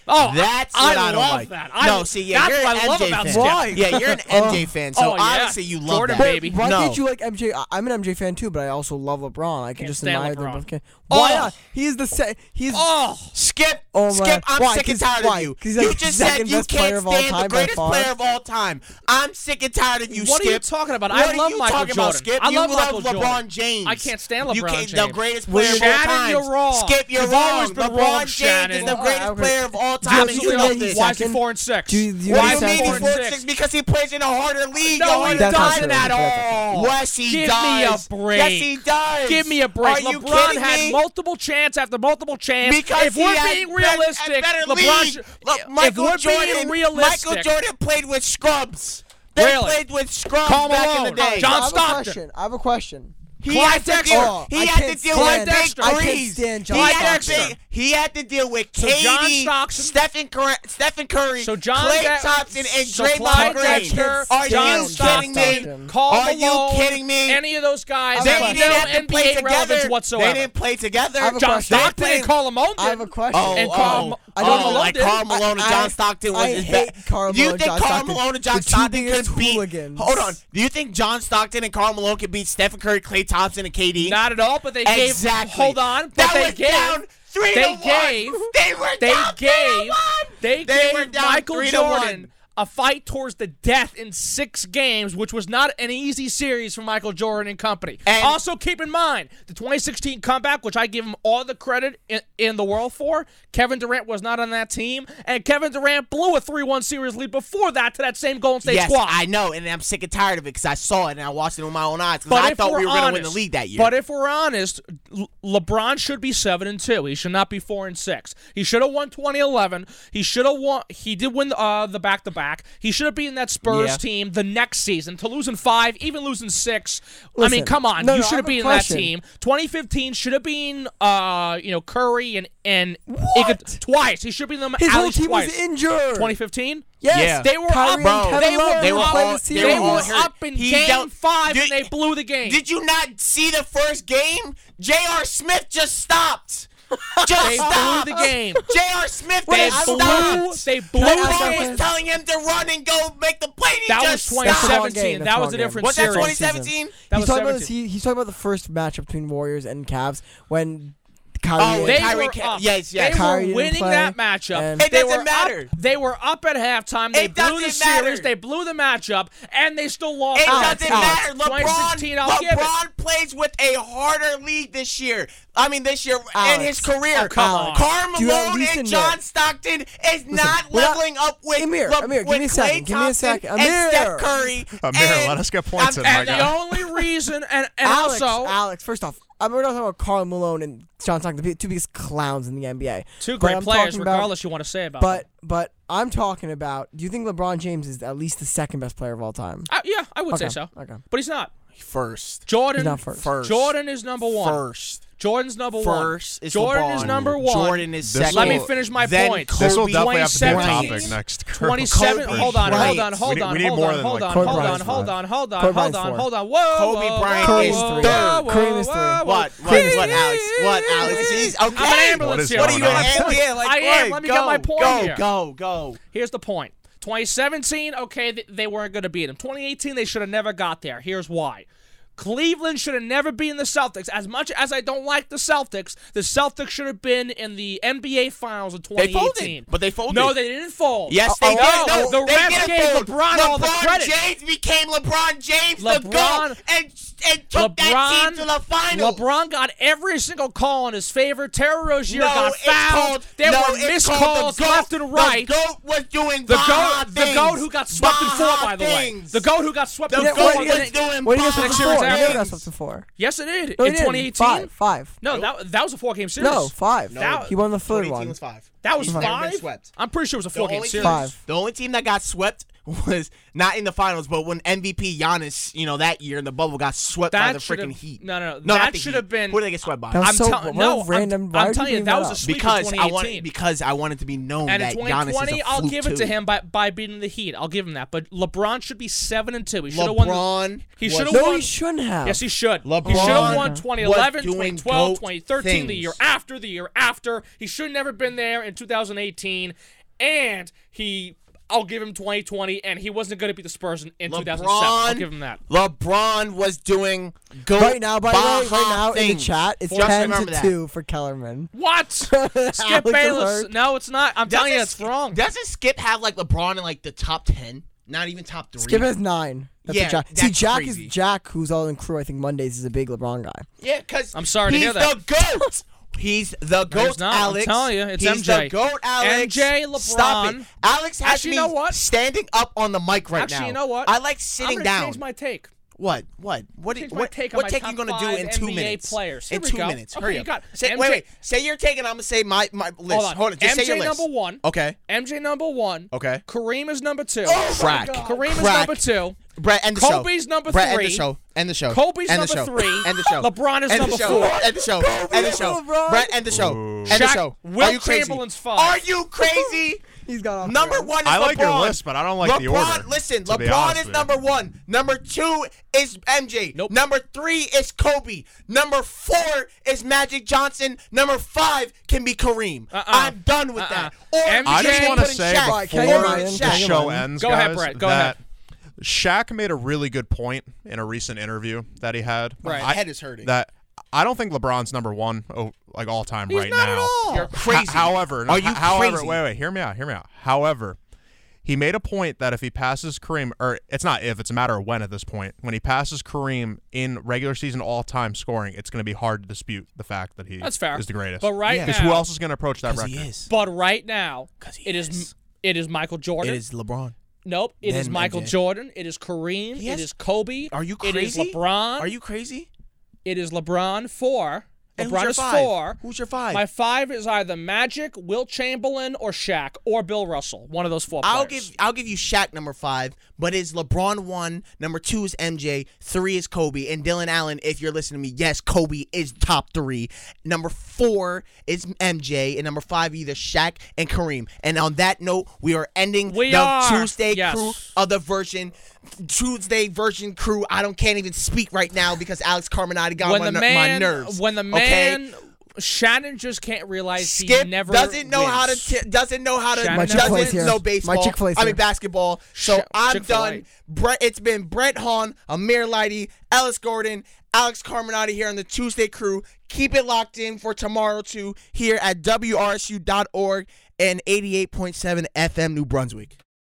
S4: Oh,
S2: That's
S4: I,
S2: what
S4: I,
S2: I, don't
S4: love
S2: like.
S4: that. I,
S2: no, see, yeah,
S4: that's
S2: you're an
S4: what I
S2: MJ
S4: love about
S2: fan.
S4: Skip.
S3: Why?
S2: Yeah, you're an MJ fan, so
S4: Oh, yeah.
S2: obviously you love
S4: Jordan,
S2: that.
S4: baby.
S3: Why
S2: No.
S3: can't you like MJ? I, I'm an MJ fan too, but I also love LeBron. I can
S4: Can't
S3: just
S4: stand
S3: admire
S4: LeBron.
S3: them. Okay. Why
S4: Oh.
S3: not? He is the se- he is
S4: Oh,
S2: Skip,
S3: Oh my
S2: Skip, I'm
S3: God.
S2: sick and
S3: Why?
S2: tired
S3: 'Cause-
S2: of you.
S3: why? 'Cause he's
S2: you
S3: like
S2: just
S3: second
S2: said you
S3: best player
S2: can't
S3: of all
S2: stand the
S3: time by
S2: greatest
S3: far.
S2: player of all time. I'm sick and tired of you,
S4: What are
S2: Skip.
S4: you talking about? I
S2: What are
S4: love
S2: you
S4: Michael
S2: talking about,
S4: Jordan.
S2: Skip?
S4: I
S2: you
S4: love
S2: love LeBron
S4: Michael Jordan.
S2: James.
S4: I can't stand
S2: you
S4: LeBron
S2: can't, The
S4: James.
S2: greatest
S4: Well,
S2: player of all
S4: Shannon,
S2: time.
S4: you're wrong.
S2: Skip, you're
S4: You've
S2: wrong.
S4: always been
S2: LeBron
S4: wrong,
S2: James
S4: Shannon.
S2: is the
S3: Well,
S2: greatest
S3: okay.
S2: player of all
S3: you
S2: time. and
S3: absolutely
S2: you
S3: know
S2: love
S3: he's
S2: this.
S4: Why is he
S3: second?
S4: four and six?
S3: Do you- do you
S4: Why
S2: Why
S4: is
S2: do you
S4: he
S2: mean
S3: Exactly.
S4: four
S2: he's
S4: and
S2: four
S4: six?
S2: six? Because he plays in a harder league.
S4: No,
S2: Your
S4: he
S2: harder
S3: doesn't.
S2: doesn't at all. Yes, he
S4: Give me a
S2: does.
S4: break.
S2: Yes, he does.
S4: Give me a break.
S2: Are you
S4: LeBron
S2: kidding
S4: had
S2: me?
S4: multiple chance after multiple chance.
S2: Because
S4: if we're
S2: he had
S4: being
S2: bet-
S4: realistic,
S2: had better
S4: LeBron.
S2: league.
S4: should-
S2: Look,
S4: if
S2: Michael
S4: we're
S2: Jordan,
S4: being realistic,
S2: Michael Jordan played with scrubs. They
S4: Really?
S2: played with scrubs
S4: Karl
S2: back in
S4: Malone,
S2: the day.
S3: I
S4: John-
S3: have
S4: Stockton.
S3: a question. I have a question.
S2: he
S4: Clyde
S2: had to
S4: Drexler.
S2: deal,
S3: I
S2: he had to
S3: can't
S2: deal with
S4: stand- I
S2: big
S4: can't
S2: threes.
S3: stand
S2: He
S3: John
S2: had, to
S4: Stockton.
S2: be- he had to deal with
S4: So John
S2: Katie,
S4: Stockton-
S2: Stephen, Cur- Stephen Curry,
S4: So John
S2: Clay
S4: Dex-
S2: Thompson, and
S4: so
S2: Draymond
S4: Clyde
S2: Green.
S4: Drexler,
S2: Are
S4: John
S2: you
S4: Stockton,
S2: kidding me?
S4: Karl
S2: Are you
S4: Malone,
S2: kidding me?
S4: Any of those guys?
S2: They
S4: have
S2: didn't
S4: no
S2: have to play
S4: NBA relevance
S2: together.
S4: whatsoever.
S2: They didn't play together.
S3: I have a
S4: John
S3: question. They
S4: Stockton and
S2: played-
S4: Karl Malone.
S3: I have a
S4: didn't.
S3: question.
S2: Oh,
S4: and
S2: oh,
S4: Karl-
S2: oh,
S3: I don't know.
S2: like Carl
S3: I-
S2: Malone and
S3: I-
S2: John Stockton was
S3: I
S2: his
S3: hate
S2: best.
S3: Karl
S2: Do you
S3: Malone and
S2: think
S3: John
S2: Carl
S3: Stockton,
S2: Malone and John
S3: the two
S2: Stockton could
S3: biggest
S2: beat?
S3: hooligans.
S2: Hold on. Do you think John Stockton and Carl Malone could beat Stephen Curry, Klay Thompson, and KD?
S4: Not at all, but they gave.
S2: exactly.
S4: Hold on, but
S2: that
S4: they
S2: was
S4: gave.
S2: down three
S4: they
S2: to
S4: gave-
S2: one. They were
S4: They
S2: down three to
S4: gave.
S2: one.
S4: They
S2: They
S4: gave
S2: were down
S4: Michael
S2: three to
S4: Jordan
S2: one.
S4: a fight towards the death in six games, which was not an easy series for Michael Jordan and company.
S2: And-
S4: also, keep in mind the 2016 comeback, which I give him all the credit in, in the world for. Kevin Durant was not on that team, and Kevin Durant blew a 3 1 series lead before that to that same Golden State
S2: yes,
S4: squad.
S2: I know, and I'm sick and tired of it because I saw it and I watched it with my own eyes because
S4: But
S2: I
S4: if
S2: thought
S4: we're
S2: we were going to win the
S4: honest-
S2: league that year.
S4: But if we're honest, Le- LeBron should be seven and two. He should not be four and six. He should have won 2011. He should have won. He did win uh, the back to back. He should have beaten that Spurs
S2: Yeah.
S4: team the next season to losing five, even losing six. I mean,
S3: Listen,
S4: come on,
S3: no,
S4: you
S3: no, I
S4: should
S3: have
S4: have
S3: a
S4: been
S3: question.
S4: that team. 2015 should have been uh, you know Curry and and
S3: What?
S4: Iga- twice. He should be them
S3: His
S4: at
S3: whole
S4: least
S3: team
S4: twice.
S3: was injured.
S4: 2015.
S3: Yes,
S2: Yeah.
S4: They were
S3: Kyrie
S4: up,
S3: and
S2: bro.
S3: Kevin
S4: They
S3: Love,
S4: were,
S2: they were
S3: didn't
S4: up,
S3: play
S2: all-
S3: the
S2: they
S4: they
S3: series.
S4: were
S2: all hurt.
S4: up in
S2: He
S4: game
S2: don't-
S4: five
S2: Did-
S4: and they blew the game.
S2: Did you not see the first game? J.R. Smith just stopped. Just
S4: They blew
S2: stopped
S4: the game.
S2: J.R. Smith
S4: They
S2: just
S4: blew.
S2: stopped.
S4: They blew
S3: Can I
S2: Who
S3: ask
S4: the
S3: that
S4: game.
S2: was
S3: question?
S2: telling him to run and go make the play? He
S4: That was
S2: just stopped.
S4: 2017.
S3: game, that's
S4: that
S3: the
S4: was a
S3: wrong
S4: different
S2: Was that
S4: series.
S2: 2017?
S4: That
S3: he's
S4: was
S3: talking about this,
S4: 17.
S3: he, he's talking about the first matchup between Warriors and Cavs when Kyrie.
S2: Oh,
S3: and-
S4: They
S2: Kyrie
S4: were
S2: ca-
S4: up.
S2: yes, yes.
S4: They
S3: Kyrie
S4: were
S3: didn't
S4: winning
S3: play,
S4: that matchup.
S3: and-
S2: It
S4: they
S2: doesn't
S4: were
S2: matter.
S4: Up, they were up at halftime. They
S2: It
S4: blew the
S2: doesn't
S4: series.
S2: matter.
S4: They blew the matchup, and they still lost.
S2: It
S4: Alex,
S2: doesn't
S4: Alex,
S2: matter. LeBron,
S4: 2016, I'll give it.
S2: LeBron plays with a harder league this year. I mean, this year in
S3: Alex.
S2: his career.
S4: Oh, come
S2: Alex.
S4: on.
S2: Karl
S3: Do you at
S2: Malone
S3: least
S2: and
S3: admit-
S2: John Stockton is not
S3: we're not-
S2: leveling up with,
S3: Amir,
S2: Le-
S3: Amir, give
S2: with
S3: me a
S2: Klay
S3: second, give me a
S2: Thompson
S3: second. Amir.
S2: and Steph Curry.
S1: Amir,
S2: and-
S1: let us get points
S2: I'm-
S1: in, my
S4: And the
S1: God.
S4: only reason, and and
S3: Alex,
S4: also
S3: Alex, first off, I'm we're not talking about Carl Malone and John Stockton, the big- two biggest clowns in the NBA.
S4: two
S3: But
S4: great
S3: I'm
S4: players,
S3: talking about-
S4: regardless you want to say about. them.
S3: But but I'm talking about. Do you think LeBron James is at least the second best player of all time?
S4: I, yeah, I would say
S3: Okay,
S4: so.
S3: okay.
S4: But he's not.
S2: First.
S4: Jordan.
S3: He's not first.
S2: First.
S4: Jordan is number one.
S2: First.
S4: Jordan's number one.
S2: First is
S4: Jordan
S2: LeBron.
S4: is number one.
S2: Jordan is
S1: This
S2: second.
S1: will-
S4: Let me finish my
S2: Then
S4: point.
S1: This will
S2: Kobe
S1: definitely have to be a
S4: 27.
S1: topic next. Kirk.
S4: 27.
S1: Kobe
S4: Hold on,
S1: Bryant.
S4: hold on, hold
S1: We need-
S4: on,
S1: we need
S4: hold
S1: more
S4: on,
S1: than,
S4: hold
S1: like,
S4: on,
S1: Kobe
S4: hold on,
S1: Bryant's
S4: hold
S1: five.
S4: on, hold
S3: Kobe
S4: on, hold
S3: Bryant's
S4: on,
S3: four.
S4: hold on. Whoa,
S2: Kobe
S4: whoa,
S2: Bryant
S4: whoa,
S3: is
S4: whoa,
S3: three.
S4: whoa,
S3: Kareem is
S4: whoa,
S3: three.
S4: whoa.
S2: What? What? What, Alex? What, Alex? He's okay.
S4: I'm an ambulance
S1: What is
S4: here.
S2: What are you
S1: going
S2: doing?
S1: on?
S2: Yeah, like,
S4: I am.
S2: what?
S4: Let me
S2: go,
S4: get my point
S2: Go,
S4: here.
S2: go, go.
S4: Here's the point. 2017, okay, th- they weren't going to beat him. 2018, they should have never got there. Here's why. Cleveland should have never been the Celtics. As much as I don't like the Celtics, the Celtics should have been in the NBA Finals of
S2: They
S4: 2018.
S2: folded, but they folded.
S4: No, they didn't fold.
S2: Yes, they
S4: no,
S2: did. No,
S4: Oh, the
S2: they
S4: refs
S2: did
S4: gave
S2: fold.
S4: LeBron all the credit.
S2: James became LeBron James, the GOAT,
S4: LeBron-
S2: and, and took that team to the final.
S4: LeBron got every single call in his favor. Terry Rozier
S2: no,
S4: got
S2: it's
S4: fouled.
S2: called,
S4: There
S2: no,
S4: were
S2: it's
S4: missed
S2: called the
S4: calls
S2: GOAT.
S4: left and right.
S2: The GOAT was doing
S4: The
S2: Baja
S4: goat, the
S2: things.
S4: goat who got swept in four,
S2: Baja
S4: by the way.
S2: things.
S4: The goat who got swept
S2: The
S4: in
S3: Yeah,
S4: four.
S2: GOAT
S3: what
S4: in
S3: do you
S2: was
S4: the-
S3: guys-
S2: doing
S3: What do you guys
S2: Baja
S3: have
S4: Sixers
S3: before?
S4: out.
S3: You never got
S2: things.
S3: swept before.
S4: Yes, it did
S3: No,
S4: in
S3: he didn't.
S4: 2018.
S3: Five, five.
S4: No, that that was a four game series.
S3: No, five.
S4: No.
S3: He won the third
S2: 2018
S3: one.
S2: was five.
S4: that was
S2: He's never been
S4: five.
S2: swept.
S4: I'm pretty sure it was a
S2: The
S4: four game
S2: only
S4: series.
S2: team-
S3: Five.
S2: The only team that got swept was not in the finals, but when MVP Giannis, you know, that year in the bubble got swept by
S4: That
S2: the
S4: should've-
S2: freaking Heat.
S4: no, no, no.
S2: not
S4: That
S2: the
S4: should
S2: Heat.
S4: have been-
S2: Who did they get swept by?
S3: That was
S4: I'm
S3: so-
S4: telling
S3: what
S4: no,
S3: a random-
S4: I'm,
S3: why
S4: I'm
S3: did
S4: telling
S3: you
S4: you
S3: bring
S4: that
S3: that
S4: was a
S3: up?
S4: sweep
S2: because
S4: in
S2: I wanted
S4: 2018.
S2: because I wanted to be known
S4: and in
S2: that Giannis is
S4: 2020,
S2: a
S4: I'll
S2: fluke
S4: give it
S2: too.
S4: to him by by beating the Heat. I'll give him that. But LeBron should be seven and two. He should have won. the-
S2: LeBron,
S4: He
S2: was-
S4: should have
S3: No,
S4: won.
S3: he shouldn't have.
S4: Yes, he should.
S2: LeBron
S4: he should have won
S2: was
S4: 2011,
S2: doing
S4: 2012,
S2: GOAT
S4: 2013, the
S2: things.
S4: year after, the year after. He should never been there in 2018, and he. I'll give him 2020, and he wasn't going to be the Spurs in, in 2007. I'll
S2: LeBron-
S4: give him that.
S2: LeBron was doing go
S3: Right now, by the way,
S2: Baja
S3: right now in
S2: things.
S3: the chat, it's
S2: Just
S3: ten
S2: remember
S3: to
S2: that.
S3: two for Kellerman.
S4: What? Skip
S3: Alex
S4: Bayless?
S3: Alert.
S4: No, it's not. I'm telling you, it's
S2: Skip-
S4: wrong.
S2: Doesn't Skip have like LeBron in like the top ten? Not even top three.
S3: Skip has nine. That's
S2: Yeah,
S3: what Jack. See,
S2: that's
S3: Jack
S2: crazy.
S3: is Jack, who's all in crew. I think Mondays is a big LeBron guy.
S2: Yeah, because
S4: I'm sorry to
S2: he's
S4: hear that.
S2: the goat. He's the goat,
S4: No, he's not. I'm
S2: Alex.
S4: telling you, it's
S2: he's the
S4: MJ.
S2: goat, Alex.
S4: MJ,
S2: Stop it.
S4: LeBron.
S2: Alex has
S4: Actually,
S2: me
S4: you know what?
S2: standing up on the mic right
S4: Actually,
S2: now.
S4: you know what?
S2: I like
S4: I'm
S2: sitting
S4: gonna
S2: down.
S4: change my take.
S2: What? What? What?
S4: Change my
S2: what
S4: take on
S2: what
S4: my
S2: take you
S4: top
S2: gonna do
S4: five
S2: in two
S4: NBA
S2: minutes?
S4: players. Here
S2: in
S4: we
S2: two
S4: go.
S2: minutes.
S4: Okay,
S2: Hurry
S4: you
S2: up.
S4: got
S2: say,
S4: MJ
S2: Wait, wait. Say your take, and I'm gonna say my my list.
S4: Hold on.
S2: Just
S4: MJ
S2: say your list.
S4: number one.
S2: Okay.
S4: MJ number one.
S2: Okay.
S4: Kareem is number two.
S2: Crack.
S4: Oh Kareem is
S2: Crack.
S4: number two.
S2: Brett, end the show.
S4: Kobe's number
S2: Brett, end the
S4: three.
S2: show. End the show.
S4: Kobe's
S2: end the show.
S4: number three.
S2: End the show.
S4: LeBron is
S2: end the
S4: number
S2: show.
S4: four.
S2: End the show. End the
S3: is
S2: show.
S3: LeBron.
S2: Brett, end the show. End the
S4: Shaq-
S2: show.
S4: Wilt
S2: Are you crazy?
S4: Chamberlain's five.
S2: Are you crazy?
S3: He's got off
S2: Number
S3: track.
S2: one is
S1: I like your
S2: LeBron.
S1: list, but I don't like the
S2: LeBron,
S1: order,
S2: Listen,
S1: to be
S2: LeBron
S1: honest
S2: is
S1: with you.
S2: number one. Number two is MJ.
S4: Nope.
S2: Number three is Kobe. Number four is Magic Johnson. Number five can be Kareem.
S4: Uh-uh.
S2: I'm done with
S4: Uh-uh.
S2: that.
S4: MJ
S1: I just
S4: wanna
S1: want to say
S3: Alright,
S1: before
S3: can you run?
S1: the
S3: Can you
S1: show
S3: run?
S1: ends,
S4: Go
S1: guys,
S4: ahead, Brett. Go
S1: that
S4: ahead.
S1: Shaq made a really good point in a recent interview that he had.
S4: Right.
S1: I,
S2: head is hurting.
S1: That I don't think LeBron's number one, oh, like all time
S4: He's
S1: right
S4: not
S1: now.
S4: at all.
S2: You're crazy.
S1: Ho- however, no,
S2: Are you
S1: ho- however,
S2: crazy?
S1: wait, wait, hear me out, hear me out. However, He made a point that if he passes Kareem, or it's not if, it's a matter of when at this point, when he passes Kareem in regular season all time scoring, it's going to be hard to dispute the fact that he
S4: That's fair.
S1: is the greatest.
S4: But right
S2: Yeah.
S1: Because
S4: now,
S1: who else is going to approach that
S2: because
S1: record?
S2: he is.
S4: But right now,
S2: 'Cause he
S4: it is
S2: is.
S4: it is Michael Jordan.
S2: It is LeBron.
S4: nope. It is
S2: then
S4: Michael
S2: MJ.
S4: Jordan. It is Kareem.
S2: He has-
S4: It is Kobe.
S2: Are you
S4: It is
S2: crazy?
S4: LeBron.
S2: Are you crazy?
S4: It is LeBron four.
S2: And who's
S4: LeBron
S2: your
S4: is
S2: five?
S4: four.
S2: Who's your five?
S4: My five is either Magic, Will Chamberlain, or Shaq, or Bill Russell. One of those four.
S2: I'll
S4: players.
S2: give I'll give you Shaq number five, but is LeBron one? Number two is MJ. Three is Kobe and Dylan Allen. If you're listening to me, yes, Kobe is top three. Number four is MJ, and number five either Shaq and Kareem. And on that note, we are ending
S4: We
S2: the
S4: are.
S2: Tuesday
S4: Yes.
S2: crew of the version. Tuesday version crew. I don't can't even speak right now because Alex Carminati got
S4: when
S2: my,
S4: the
S2: ner-
S4: man,
S2: my nerves.
S4: when the
S2: okay?
S4: man, Shannon just can't realize
S2: Skip
S4: he never
S2: doesn't know how to
S4: wins.
S2: t- doesn't know how to
S4: Shannon My
S2: doesn't
S4: Chick-fil-A's
S3: here.
S2: know
S3: My
S2: baseball.
S3: Chick-fil-A's
S2: I
S3: here.
S2: mean basketball. So
S4: Sh-
S2: I'm
S4: Chick-fil-A.
S2: done. Brett, it's been Brett Hahn, Amir Lighty, Ellis Gordon, Alex Carminati here on the Tuesday Crew. Keep it locked in for tomorrow too here at wrsu.org and 88.7 FM New Brunswick.